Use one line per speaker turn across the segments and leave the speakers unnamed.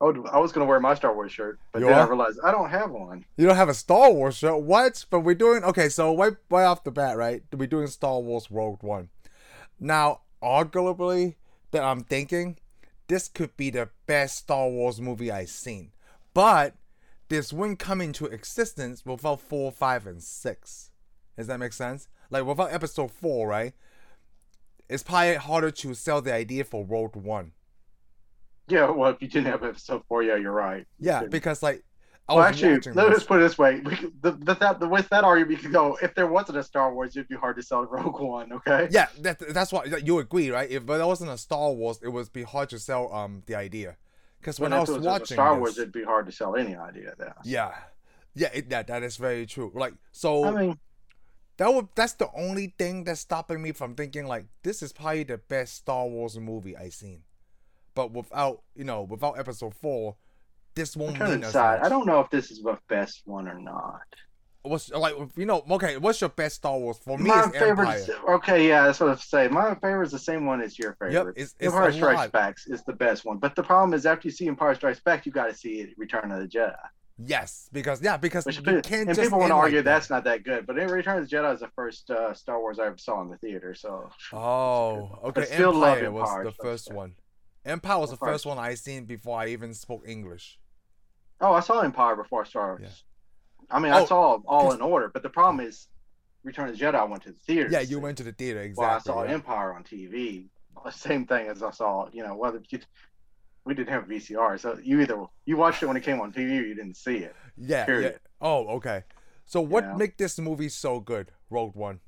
I, would, I was going to wear my Star Wars shirt, but
You
then I
are?
realized I don't have one.
You don't have a Star Wars shirt? What? But we're doing okay. So right, right off the bat, right? We're doing Star Wars Rogue One. Now, arguably, that I'm thinking, this could be the best Star Wars movie I've seen. But this wouldn't come into existence without four, five, and six. Does that make sense? Like without Episode Four, right? It's probably harder to sell the idea for Rogue One.
Yeah, well, if you didn't have episode four, yeah, you're right.
Yeah,
Okay.
because like, I
Well,
was
actually,
watching
let
Oh, this.
us put it this way: we could, the, the, that, the, with that argument, you could go if there wasn't a Star Wars, it'd be hard to sell Rogue One. Okay.
Yeah, that, that's why that- you agree, right? If there wasn't a Star Wars, it would be hard to sell um the idea. Because when, I was
if it a
watching
Star Wars,
this-
it'd be hard to sell any idea of that.
yeah, yeah, it, that that is very true. Like so,
I mean,
that would that's the only thing that's stopping me from thinking like this is probably the best Star Wars movie I've seen. But without you know without Episode Four, this
I'm
won't
trying to
mean as
decide. I
much.
don't know if this is the best one or not.
What's like you know okay? What's your best Star Wars for me?
My
it's
favorite,
Empire.
is, okay, yeah, that's what I was saying. My favorite is the same one as your
Yep,
favorite.
it's, it's
Empire
a
Strikes
lot.
Back is the best one, but the problem is after you see Empire Strikes Back, you got to see it, Return of the Jedi.
Yes, because yeah, because
Which,
you
pe- and
can't just
people want
end
to
like
argue
that.
that's not that good, but it- Return of the Jedi is the first uh, Star Wars I ever saw in the theater. So
Oh, okay.
I still love
Empire was
Empire,
the
so
first
yeah.
one. Empire was the
Empire.
first one I seen before I even spoke English.
Oh, I saw Empire before Star Wars.
Yeah.
I mean,
Oh,
I saw 'em all
because-
in order, but the problem is, Return of the Jedi. I went to the theater.
Yeah,
to
you
see.
went to the theater
Well, I
exactly.
saw
yeah.
Empire on TV. Same thing as I saw. You know, whether you, we didn't have VCR, so you either you watched it when it came on TV, or you didn't see it.
yeah, yeah.
period.
Oh, okay. So what
know?
make this movie so good? Road One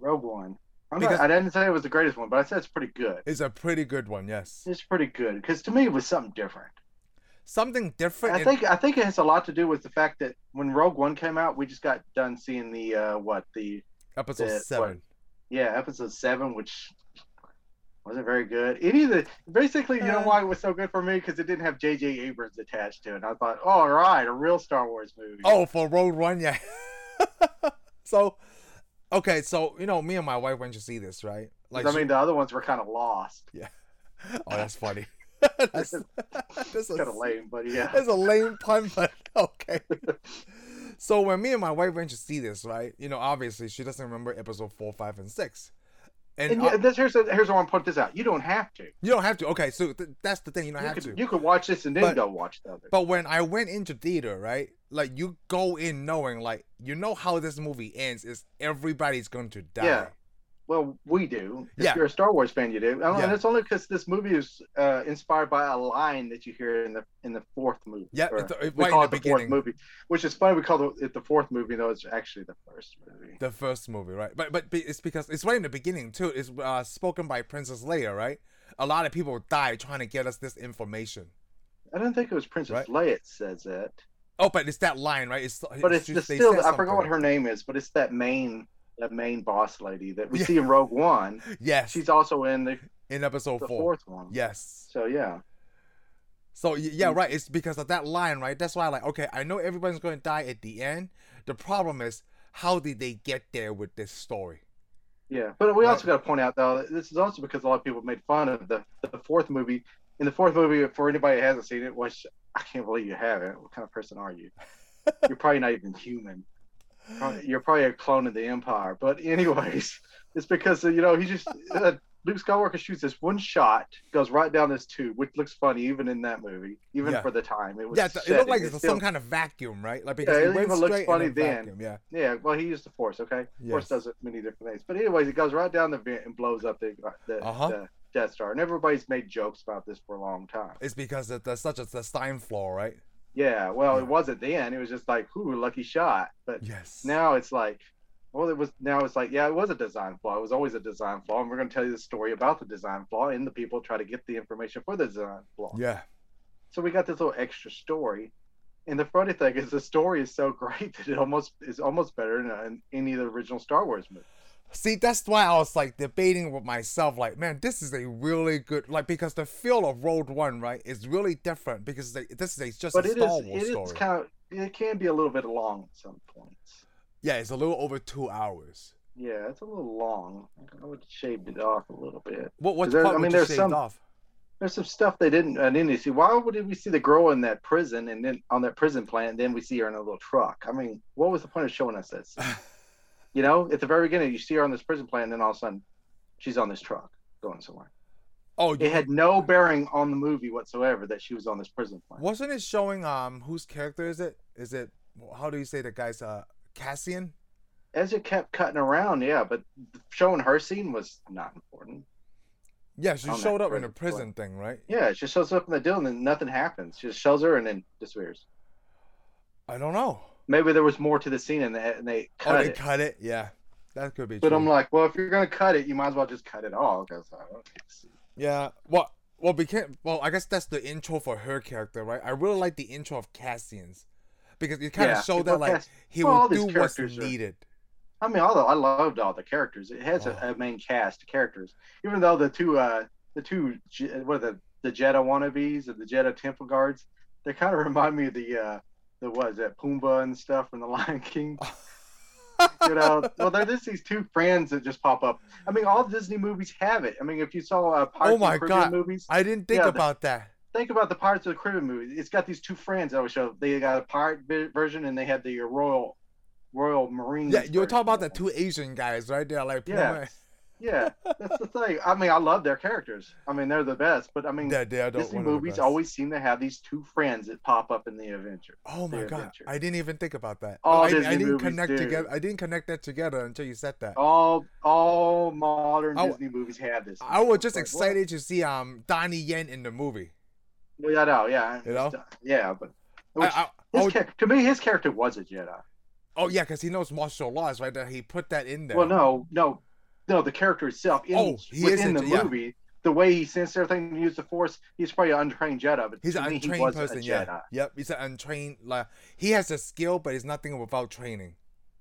Rogue One. I'm
Because-
not, I didn't say it was the greatest one, but I said it's pretty good.
is a pretty good one. Yes,
It's pretty good because to me it was something different.
something different.
I
and-
think I think it has a lot to do with the fact that when Rogue One came out, we just got done seeing the uh, what the
episode
that- what-
seven.
yeah episode seven, which wasn't very good. Any of the basically, you know
Uh.
why it was so good for me because it didn't have J.J. Abrams attached to it. And I thought, "Oh, all right, a real Star Wars movie.
Oh, for Road One, yeah. so, okay, so you know, me and my wife went to see this, right? Like,
I
she-
mean, the other ones were kind of lost,
oh, that's funny. that's that's a
kind of lame, but yeah.
That's a lame pun, but okay. so when me and my wife went to see this, right? You know, obviously she doesn't remember episode four, five, and six, and,
And
uh,
yeah, this, here's the- here's where I'm putting this out. You don't have to.
you don't have to. Okay, so th- that's the thing. You don't
You
have
could,
to.
you could watch this and then
But-
go watch the other.
But when I went into theater, right? Like you go in knowing, like you know how this movie ends is everybody's going to die.
Yeah. Well, we do. If
Yeah.
you're a Star Wars fan, you do. And
Yeah.
it's only because this movie is uh, inspired by a line that you hear in the in the fourth movie.
Yeah,
Or
it's, it,
we
right
call
in the
it the fourth
beginning,
movie, which is funny. We call it the fourth movie, though it's actually the first movie.
the first movie, right? But but be- it's because it's right in the beginning too. It's uh, spoken by Princess Leia, right? A lot of people die trying to get us this information.
I don't think it was Princess Leia that says it,
Oh, but it's that line, right? It's
but it's,
she-
the
they
still.
said
I forgot what
something.
her name is, but it's that main that main boss lady that we
Yeah.
see in Rogue One.
Yes,
She's also in the,
in episode
the
four.
fourth one. Mm-hmm.
Yes.
So yeah,
So y- yeah, right. It's because of that line, right? That's why, like, okay, I know everybody's going to die at the end. The problem is, how did they get there with this story?
yeah. But we
Right.
also got to point out though, that this is also because a lot of people made fun of the the fourth movie. In the fourth movie, for anybody that hasn't seen it, which I can't believe you haven't. What kind of person are you? You're probably not even human. Probably- You're probably a clone of the Empire. But anyways, it's because you know he just uh, Luke Skywalker shoots this one shot, goes right down this tube, which looks funny even in that movie, even
Yeah.
for the time. It was
Yeah, th- it looked like it's
Oh, it's
some kind of vacuum, right? Like because
Yeah,
it,
it
went
even looks
straight in
funny
a
then.
vacuum, Yeah.
Yeah, well, he used the force. Okay, force
Yes.
does it many different things. But anyways, it goes right down the vent and blows up the uh, the,
Uh-huh.
the Death Star, and everybody's made jokes about this for a long time.
It's because of the, such as the Stein flaw, right?
Yeah, well,
Yeah.
it wasn't then. It was just like, ooh, lucky shot. But
Yes.
now it's like, well, it was now it's like, yeah, it was a design flaw. It was always a design flaw, and we're going to tell you the story about the design flaw, and the people try to get the information for the design flaw.
Yeah.
So we got this little extra story. And the funny thing is, the story is so great that it almost is almost better than uh, any of the original Star Wars movies.
See, that's why I was like debating with myself, like, man, this is a really good, like, because the feel of Road One, right, is really different because they, this is a, just
but
a
it
Star
is
Wars
it
story.
is kind of it can be a little bit long at some points.
Yeah, it's a little over two hours.
Yeah, it's a little long. I would have shaved it off a little bit.
What what
There-
part
I
would
mean,
you
there's
shaved
some-
off?
there's some stuff they didn't and then you see why would we see the girl in that prison and then on that prison plant and then we see her in a little truck i mean what was the point of showing us this you know at the very beginning you see her on this prison plant and then all of a sudden she's on this truck going somewhere
Oh,
it had no bearing on the movie whatsoever that she was on this prison plant
wasn't it showing um whose character is it? Is it how do you say the guy's uh Cassian?
as it kept cutting around yeah but showing her scene was not important
Yeah, she
On that
showed up in a
prison
prison thing, right?
yeah it just shows up in the deal and then nothing happens she just shows her and then disappears
I don't know.
maybe there was more to the scene and they, and they cut
oh, they
it
cut it. Yeah, that could be.
but
true.
i'm like well if you're gonna cut it you might as well just cut it all because i don't think it's-
Yeah. Well, well, became well. I guess that's the intro for her character, right? I really like the intro of Cassian's because it kind
Yeah,
of showed
well,
that like
Cass-
he
well, all
will
these
do what's
characters are-
needed.
I mean, although I loved all the characters, it has
Oh.
a, a main cast of characters. Even though the two, uh, the two, Je- what are the the Jedi wannabes and the Jedi temple guards, they kind of remind me of the uh, the what is that Pumbaa and stuff from the Lion King. You know, well, they're just these two friends that just pop up. I mean, all Disney movies have it. I mean, if you saw uh, Pirates
Oh my
of the Caribbean
God.
movies,
I didn't think
Yeah, the-
about that.
think about the Pirates of the Caribbean movie. It's got these two friends that always show. up. They got a pirate vi- version and they had the uh, royal, royal marine.
Yeah, you were talking about the two Asian guys, right? They're like,
Yeah. Yeah, that's the thing. I mean, I love their characters. I mean, they're the best. But I mean,
they're, they're the-
Disney
one of the
movies
best.
always seem to have these two friends that pop up in the adventure.
Oh my
their
god!
adventure.
I didn't even think about that.
All
I, I
Disney
didn't
movies
connect
do. Oh,
together. I didn't connect that together until you said that.
All all modern
I w-
Disney movies have this.
I was just
Like,
excited to see um Donnie Yen in the movie.
Well, yeah, I know. Yeah, uh,
You know?
yeah, but
I-
which,
I- I
his
would-
char- to me, his character was a Jedi.
oh yeah, because he knows martial laws, right? That he put that in there.
Well, no, no, no. The character itself in
Oh, he is
within
a
the
Je- yeah.
movie, the way he sensed everything and used the Force, he's probably an untrained Jedi. But
He's
to
an
me, he
untrained
was
person,
a
yeah.
Jedi.
Yep, he's an untrained. Like he has a skill, but it's nothing without training.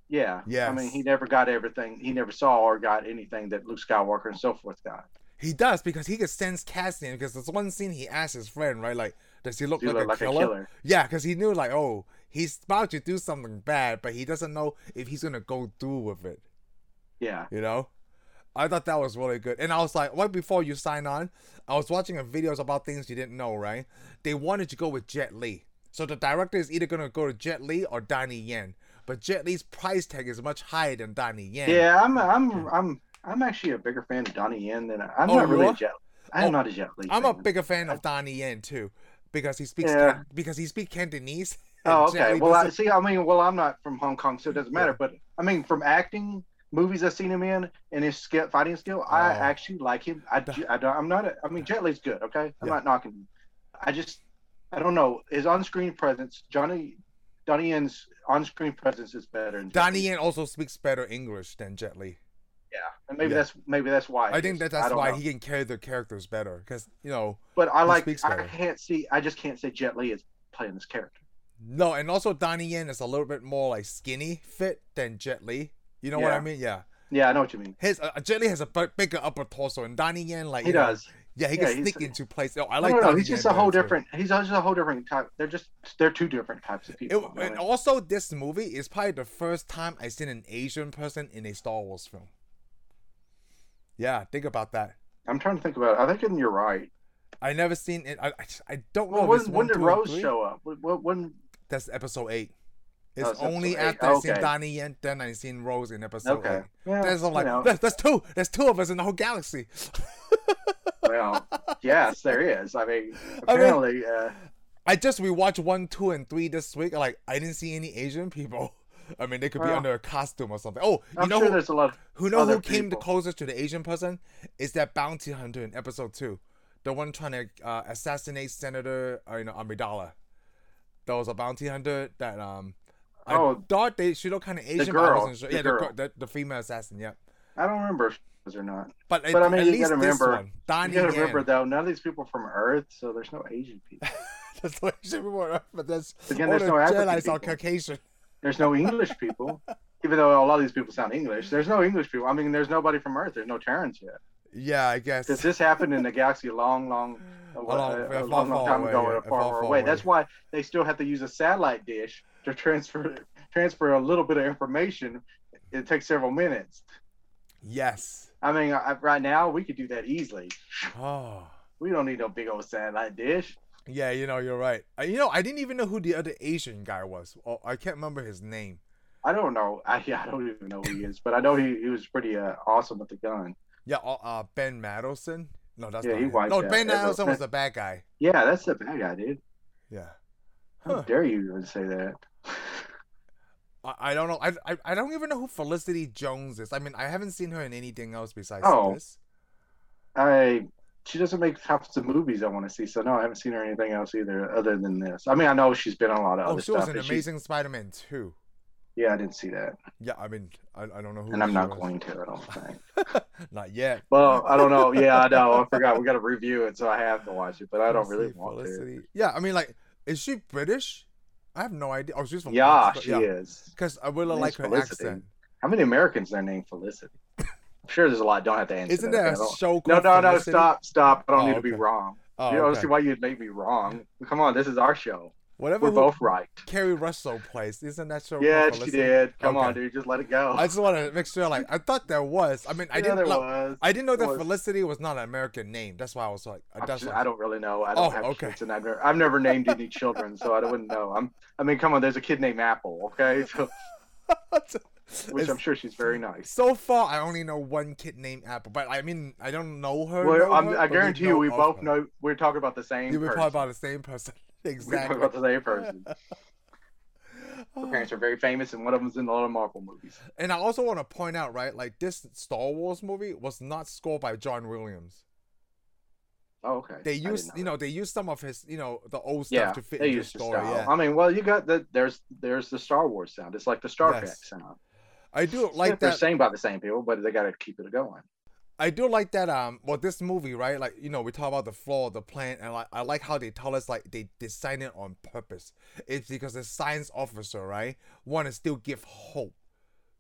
Yeah. I mean,
Yes.
he never got everything. He never saw or got anything that Luke Skywalker and so forth got.
He does because he could sense Cassian. Because there's one scene he asked his friend, right? Like, does he look
He
Oh, like,
looked
a, killer? Yeah, because he knew like, oh, he's about to do something bad, but he doesn't know if he's gonna go through with it.
Yeah.
You know, I thought that was really good. And I was like, right before you sign on, I was watching a videos about things you didn't know. Right? They wanted to go with Jet Li, so the director is either gonna go to Jet Li or Donnie Yen. But Jet Li's price tag is much higher than Donnie Yen.
Yeah. I'm. I'm. I'm. I'm actually a bigger fan of Donnie Yen than I, I'm
Oh,
not
you
really
are?
a Jet. I'm
Oh,
not a Jet Li.
I'm a
fan.
bigger fan of Donnie Yen too, because he speaks
Yeah.
Can- because he speaks Cantonese. and
Oh,
Jet
okay.
Li
Well, I,
doesn't.
see, I mean, well, I'm not from Hong Kong, so it doesn't matter.
Yeah.
But I mean, from acting movies I've seen him in and his skill, fighting skill, I
Oh.
actually like him. I, ju- I don't, I'm not. A, I mean, Jet Li's good. Okay, I'm
Yeah.
not knocking. him. I just, I don't know. His on-screen presence, Johnny, Donnie Yen's on-screen presence is better. Than Jet
Donnie
Li's.
Yen also speaks better English than Jet Li.
yeah, and maybe
Yeah.
that's maybe that's why.
I
it
think
is.
that that's
don't
why
know.
he can carry the characters better, because you know,
But I
he
like.
speaks
I
better.
can't see. I just can't say Jet Li is playing this character.
no, and also Donnie Yen is a little bit more like skinny fit than Jet Li. You know what I
Yeah.
mean? Yeah,
Yeah, I know what you mean.
his uh, Jet Li has a bu- bigger upper torso, and Donnie Yen like
He
you know,
does.
Uh, Yeah, he
Yeah,
can
he's-
sneak into place. Oh, I
I
like.
don't know.
Donnie
He's just
Yen
a whole
there, too.
different. He's just a whole different type. They're just they're two different types of
It,
people. I
and
mean,
also, this movie is probably the first time I seen an Asian person in a Star Wars film. Yeah, think about that.
I'm trying to think about. it. I think you're right.
I never seen it. I, I, just- I don't
Well,
know. if
when,
it's
when
one,
did
two, or
Rose
three.
show up? When, when- when
That's episode eight. It's
Oh, it's episode
only
eight.
after I seen
Okay.
Donnie Yen, then I seen Rose in episode
okay,
eight.
yeah,
That's all
you
like
know,
there's, there's two. There's two of us in the whole galaxy.
well, yes, there is. I mean, apparently, uh,
I just rewatched one, two, and three this week. Like I didn't see any Asian people. I mean, they could be
Well,
under a costume or something. Oh, you
I'm
know
sure
who-
there's a lot. Of,
Who know who
other
came the
people.
closest to the Asian person is that bounty hunter in episode two, the one trying to uh, assassinate Senator uh, you know Amidala. That was a bounty hunter that um. I
Oh.
thought they she looked kind of Asian. but I
girl,
wasn't sure.
the
yeah, the,
girl.
gir- the, the female assassin. Yeah,
I don't remember if it was or not.
but, at,
But I mean,
at
you
least
gotta
this
remember-
one, Donnie
you gotta remember
Yen.
though, none of these people are from Earth, so there's no Asian people.
That's what Asian people are, but that's
Again,
all
there's
the
no African
Jedi's are
people.
Caucasian.
There's no English people, even though a lot of these people sound English. There's no English people. I mean, there's nobody from Earth. There's no Terrans yet.
Yeah, I guess.
Because this happened in the galaxy a long, long, a, a
A long-
long,
a
a
far,
long,
far
time
away,
ago,
yeah,
and
a
a far,
far, far
far away.
away.
That's why they still have to use a satellite dish to transfer transfer a little bit of information. It takes several minutes.
Yes.
I mean, I, right now we could do that easily.
Oh.
We don't need no big old satellite dish.
Yeah, you know, you're right. Uh, You know, I didn't even know who the other Asian guy was. Oh, I can't remember his name.
I don't know. I, I don't even know who he is, but I know he, he was pretty uh, awesome with the gun.
Yeah, uh, uh, Ben Mendelsohn. No, that's
Yeah,
not
he
him.
wiped
No,
out
Ben
everyone.
Mendelsohn was the bad guy.
Yeah, that's the bad guy, dude.
Yeah,
How
Huh.
dare you even say that?
I, I don't know. I, I I don't even know who Felicity Jones is. I mean, I haven't seen her in anything else besides
Oh.
this.
I she doesn't make types of movies I want to see, so no, I haven't seen her in anything else either, other than this. I mean, I know she's been on a lot of
Oh,
other
she
stuff.
was in
but she-
Amazing Spider-Man 2.
yeah, I didn't see that,
Yeah, I mean, I, I don't know who.
and I'm
she
not
was.
going to. I don't think.
Not yet.
Well, I don't know. Yeah, I know. I forgot. We got to review it, so I have to watch it, but I don't
Felicity-
really want to.
Felicity. Yeah, I mean, like, is she British? I have no idea. Oh, she's from.
Yeah, she is.
Because I really
Name's
like her
Felicity.
accent.
How many Americans are named Felicity? I'm sure there's a lot. Don't have to answer.
Isn't
that.
there a
I don't-
show called
No, no, no!
Felicity?
Stop, stop! I don't
Oh,
need to be
okay.
wrong.
Oh,
you don't
okay.
see why you'd make me wrong. Come on, this is our show.
Whatever
We're
who
both right.
Carrie Russell plays, isn't that show? called
Yeah, she
Felicity?
did. Come on,
Okay.
dude, just let it go.
I just want to make sure. Like, I thought there was. I mean, I
Yeah,
didn't.
there
know-
was.
I didn't know that
was.
Felicity was not an American name. That's why I was like,
I'm
that's
just-
why-
I don't really know. I don't
Oh,
have
okay.
kids, and I've never, I've never named any children, so I wouldn't know. I'm, I mean, come on, there's a kid named Apple, okay? So, which
It's-
I'm sure she's very nice.
So far, I only know one kid named Apple, but I mean, I don't know her.
Well,
know
I'm,
her,
I
but
guarantee you, we
of
both
her.
know we're talking about the same
Yeah, we're
person.
probably about the same person.
We're talking
exactly.
about the same person. Her
Oh.
parents are very famous, and one of them's in a lot of Marvel movies.
And I also want to point out, right? Like this Star Wars movie was not scored by John Williams.
Oh, okay. I
They
didn't
used,
know
you
that.
know, they used some of his, you know, the old stuff
yeah,
to fit
they
into the
used to
story.
style.
Yeah.
I mean, well, you got the there's there's the Star Wars sound. It's like the Star
Yes.
Trek sound.
I do
Like
like
they're
that.
sang by the same people, but they got to keep it going.
I do like that. Um, well, this movie, right? Like, you know, we talk about the flaw of the plan, and like, I like how they tell us like they design it on purpose. It's because the science officer, right, want to still give hope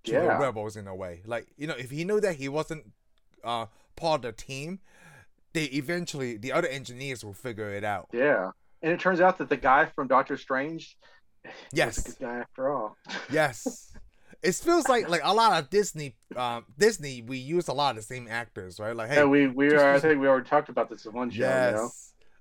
to the
Yeah.
rebels in a way. Like, you know, if he knew that he wasn't uh part of the team, they eventually the other engineers will figure it out.
Yeah, and it turns out that the guy from Doctor Strange was a
Yes,
good guy after all.
yes. It feels like like a lot of Disney, um, Disney. We use a lot of the same actors, right? Like, hey,
yeah, we we
just-
are, I think we already talked about this in one show.
yes.
You know?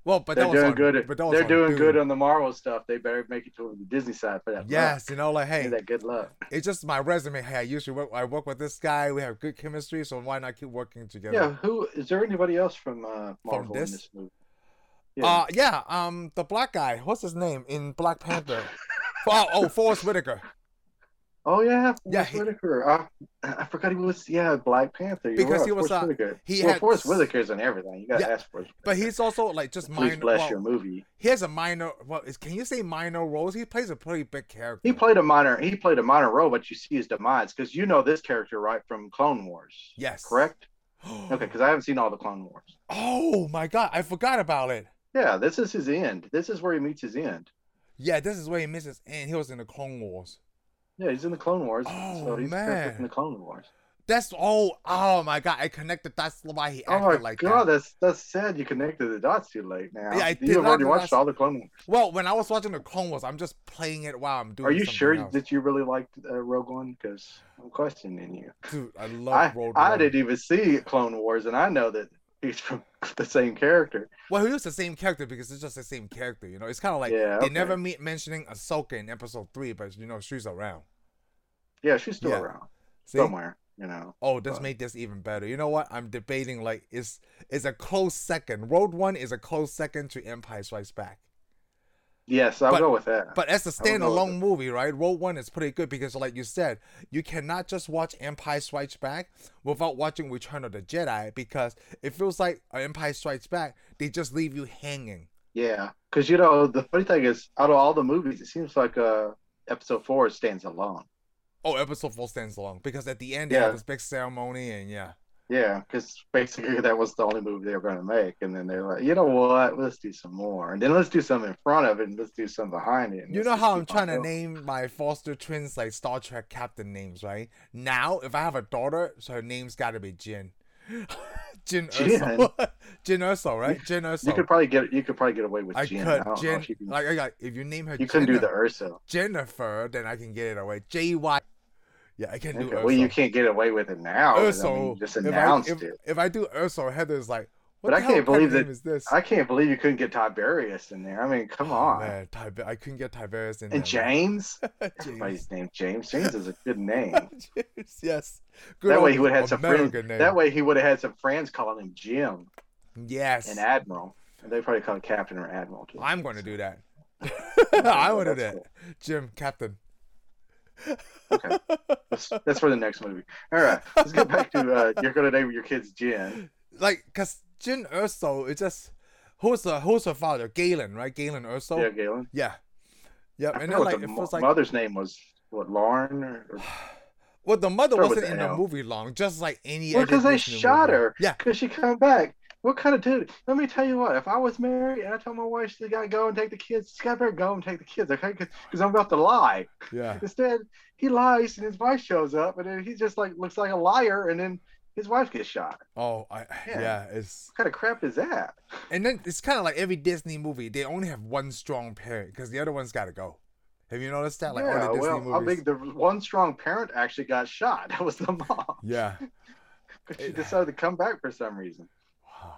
Well, but that
They're
was
doing
on-
good. At,
But that was
they're
on
doing
Dune.
good on the Marvel stuff. They better make it to the Disney side for that. luck.
Yes, you know, like hey,
Give that good luck.
it's just my resume. Hey, I usually work. I work with this guy. We have good chemistry, so why not keep working
Yeah.
together?
who is there? Anybody else from uh, Marvel
this?
in this movie?
Uh, yeah. Um, the black guy. What's his name in Black Panther? oh, oh, Forrest Whitaker.
oh yeah, Forrest
yeah, he-
Whitaker. Uh, I forgot he was yeah Black Panther. You're
Because
right,
he was,
Forrest
uh,
Whitaker.
he
well,
had-
Forrest Whitaker's in everything. You got to
Yeah,
ask for.
But he's also like just
please
minor.
bless
well,
your movie.
he has a minor. Well, is, can you say minor roles? He plays a pretty big character.
He played a minor. He played a minor role, but you see his demise because you know this character right from Clone Wars.
Yes.
Correct. Okay, because I haven't seen all the Clone Wars.
Oh my God! I forgot about it.
Yeah, this is his end. This is where he meets his end.
Yeah, this is where he misses, and he was in the Clone Wars.
Yeah, he's in the Clone Wars.
Oh,
so he's
man.
in the Clone Wars.
That's oh oh my God! I connected. That's why he
Oh
acted
my
like that.
god, that's that's sad. You connected the dots too late now.
Yeah, I did
You've
not
already
know
watched
that's-
all the Clone Wars.
Well, when I was watching the Clone Wars, I'm just playing it while I'm doing.
Are you
something
sure
else.
that you really liked uh, Rogue One? Because I'm questioning you.
Dude, I love
I,
Rogue
I
One.
didn't even see Clone Wars, and I know that he's from the same character.
Well, he was the same character because it's just the same character. You know, it's kind of like
Yeah,
they
okay.
never meet mentioning Ahsoka in Episode Three, but you know she's around.
Yeah, she's still
Yeah.
around
See?
somewhere. You know.
Oh, this
Right.
made this even better. You know what? I'm debating like is is a close second. Road One is a close second to Empire Strikes Back.
Yes, I'll
But-
go with that.
But as a
don't know
standalone
if-
movie, right? Road One is pretty good because, like you said, you cannot just watch Empire Strikes Back without watching Return of the Jedi because it feels like uh, Empire Strikes Back they just leave you hanging.
yeah, because you know the funny thing is, out of all the movies, it seems like uh, Episode Four stands alone.
Oh, Episode Four stands alone because at the end they
Yeah.
have this big ceremony and yeah,
Yeah, because basically that was the only movie they were going to make, and then they're like, you know what? Let's do some more, and then let's do some in front of it, and let's do some behind it. and
you
let's
know
just
how
keep
I'm
on
trying to
going.
name my foster twins like Star Trek captain names, right? Now, if I have a daughter, so her name's got to be Jin. Jin Urso. Jin Urso, right? Jin Urso.
You could probably get you could probably get away with
I
Jin.
could
I don't know
Jen
if you, can,
like I got if you name her
you couldn't do
Jenna-
the Ursa.
Jennifer, then I can get it away. J Y. Yeah, I can
Okay,
do Urso.
Well, you can't get away with it now. 'cause, I mean,
Urso.
you just
if I-
announced
if,
it.
if I do Urso, Heather's like, What
But I
the hell
can't
kind of
believe
name
that-
is this?
I can't believe you couldn't get Tiberius in there. I mean, come
Oh,
on.
man, Tiber- I couldn't get Tiberius in
And
there, man.
James,
James.
everybody's named James. James is a good name.
James, yes. Good
that way
old
he would have had some friends.
American name.
That way he would have had some friends calling him Jim
Yes.
and Admiral. And they probably call him Captain or Admiral. too.
I'm going to do that. I want to do
That's
that.
cool.
Jim, Captain.
Okay, that's, that's for the next movie. All right, let's get back to uh, you're going to name your kids Jen.
Like, because Jin Urso is just. Who's the who's her father? Galen, right? Galen Urso?
yeah, Galen.
Yeah. Yep.
I
And
forgot
then
what
like
the
it
mo-
feels like
mother's name was what Lauren or, or
well the mother
Start with
wasn't
the
in the
L.
movie long, just like any
Well,
other
'cause they
Disney
shot
movie.
her.
Yeah.
Could she come back? What kind of dude? Let me tell you what. If I was married and I told my wife she got to go and take the kids, she got to go and take the kids, okay? Because I'm about to lie.
Yeah.
Instead, he lies and his wife shows up, and then he just like looks like a liar, and then his wife gets shot.
Oh I
Yeah.
yeah, it's
What kind of crap is that?
and then it's kinda like every Disney movie, they only have one strong parent because the other one's gotta go. Have you noticed that? Like all the
yeah,
Disney
well, I
movies.
think the one strong parent actually got shot. That was the mom.
Yeah.
'Cause she decided to come back for some reason.
Wow.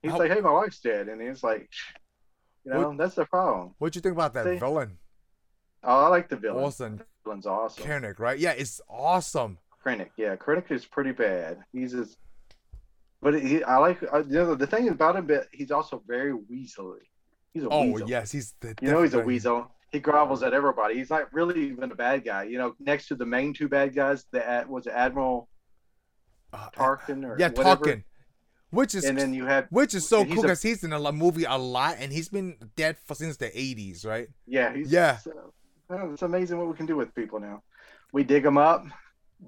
He's
How-
like, "Hey, my wife's dead," and he's like, "You know, that's the problem."
What'd you think about that
See?
villain?
Oh, I like the villain.
Orson
The villain's awesome.
Koenig, right? Yeah, it's awesome.
Krennic, yeah, Krennic is pretty bad. He's just, but he, I like uh, you know, the thing about him, but he's also very weaselly. He's a
Oh
weasel.
yes, he's the
You know, he's a
definitely-
weasel. He grovels at everybody. He's like really even a bad guy. You know, next to the main two bad guys, the ad- was it Admiral
uh,
Tarkin or
Yeah,
whatever.
Tarkin. Which is
And then you had
Which is so
And he's
cool
a-
because he's in a lo- movie a lot, and he's been dead for since the '80s, right?
yeah, he's,
Yeah.
So, oh, it's amazing what we can do with people now. We dig them up.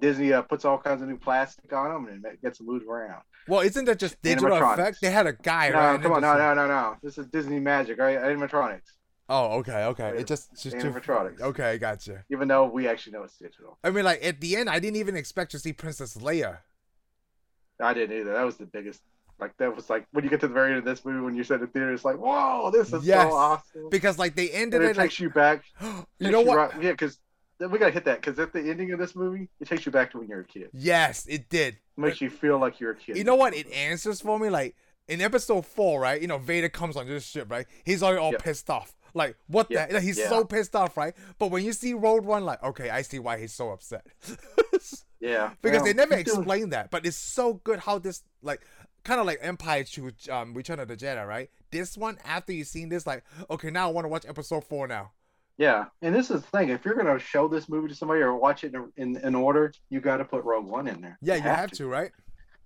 Disney uh, puts all kinds of new plastic on them and it gets them moved around.
Well, isn't that just digital
Animatronics.
effect? They had a guy,
No,
right? and
come
it
on, no,
just-
no, no, no. This is Disney magic, right? Animatronics.
Oh, okay, okay. It
Anim-
just, just just-
animatronics.
Okay, gotcha.
even though we actually know it's digital.
I mean, like at the end, I didn't even expect to see Princess Leia.
I didn't either. That was the biggest. Like that was like when you get to the very end of this movie, when you said the theater, it's like, whoa, this is
Yes.
so awesome.
Because like they ended
And it
it, like
takes you back.
you
takes
know what?
Right, yeah, because we gotta hit that. Because at the ending of this movie, it takes you back to when you're a kid.
Yes, it did.
It makes you feel like you're a kid.
You know what? It answers for me. Like in episode four, right? You know, Vader comes on this ship, right? He's already all
Yeah.
pissed off. Like what
Yeah,
the? Like, he's
yeah.
so pissed off, right? But when you see Road One, like okay, I see why he's so upset.
yeah,
because
well,
they never
he's doing-
explained that. But it's so good how this like kind of like Empire to um, Return of the Jedi, right? This one after you've seen this, like okay, now I want to watch Episode Four now.
Yeah, and this is the thing. If you're gonna show this movie to somebody or watch it in in, in order, you got to put Rogue One in there.
Yeah, you have to, right?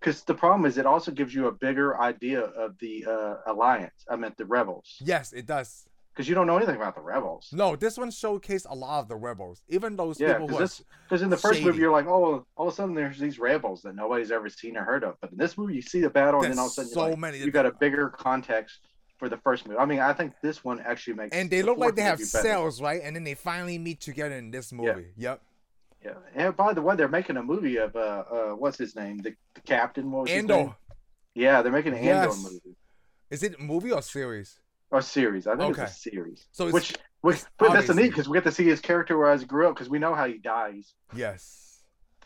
Because the problem is, it also gives you a bigger idea of the uh, alliance. I meant the rebels.
Yes, it does.
Because you don't know anything about the rebels.
No, this one showcased a lot of the rebels, even those
Yeah,
people who.
'cause
are-
this- Because in the first
Shady.
movie, you're like, oh, all of a sudden there's these rebels that nobody's ever seen or heard of. But in this movie, you see the battle, and
There's
then all of a sudden
so
you're like,
many.
you got a bigger context for the first movie. I mean, I think this one actually makes
and they
the
look like
fourth
they have
movie better.
cells, right? And then they finally meet together in this movie. Yep.
Yeah. And by the way, they're making a movie of uh, uh what's his name, the, the captain. What was his
Andor.
name? Yeah, they're making an
Yes.
Andor movie
oh, Is it movie or series?
or series. I think
Okay.
it's a series.
So it's
which, which,
it's
but that's the
obviously-
neat because we get to see his character as he grew up because we know how he dies.
yes.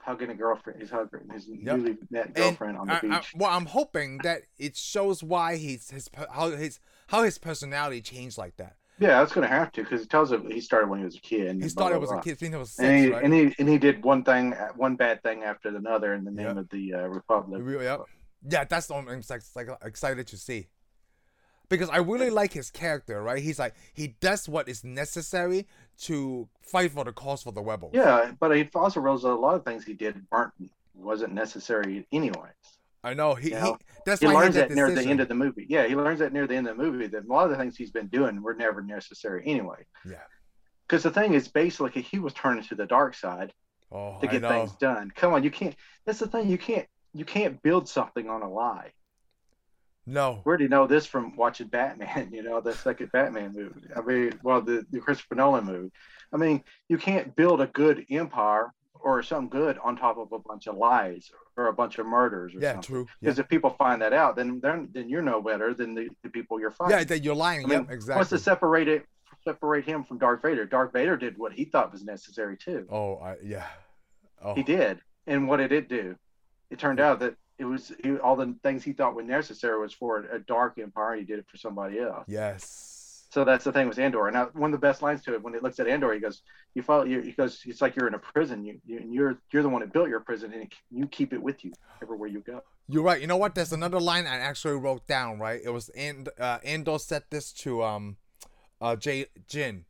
Hugging a girlfriend, his hugging his
Yep.
newly met
And
girlfriend on the
I,
beach.
I, well, I'm hoping that it shows why he's his per- how his how his personality changed like that.
Yeah, that's gonna have to because it tells him he started when he was a kid. and
He
blah,
started
blah,
was a
blah.
kid, then he was six,
And he,
right?
and he and he did one thing, one bad thing after another in the name
Yeah.
of the uh, republic.
We- yep. Yeah, that's what I'm ex- like, excited to see. Because I really like his character, right? He's like he does what is necessary to fight for the cause for the rebels.
Yeah, but he also realized that a lot of things he did weren't wasn't necessary anyways.
I know. He,
Yeah.
he that's
He
why
learns
he had
that near the
decision.
end of the movie. Yeah, he learns that near the end of the movie that a lot of the things he's been doing were never necessary anyway.
Yeah.
Because the thing is, basically, he was turning to the dark side
oh,
to
I
get
know.
things done. Come on, you can't. That's the thing. You can't. You can't build something on a lie.
No.
Where do you know this from watching Batman? You know, the second Batman movie. I mean, well, the, the Christopher Nolan movie. I mean, you can't build a good empire or something good on top of a bunch of lies or a bunch of murders or
Yeah,
something.
true. Yeah.
Because if people find that out, then then then you're no better than the, the people you're fighting.
Yeah, that you're lying.
I mean,
yep,
Wants to
exactly.
separate it, separate him from Darth Vader. Darth Vader did what he thought was necessary too.
Oh, I yeah. Oh,
He did, and what did it do? It turned out that it was he, all the things he thought were necessary was for a, a dark empire, and he did it for somebody else.
Yes.
So that's the thing with Andor. And I, one of the best lines to it when it looks at Andor, he goes, "You follow." You, he goes, "It's like you're in a prison. You, you and you're you're the one that built your prison, and you keep it with you everywhere you go."
You're right. You know what? There's another line I actually wrote down. Right? It was and uh, Andor said this to um, uh, Jay Jin.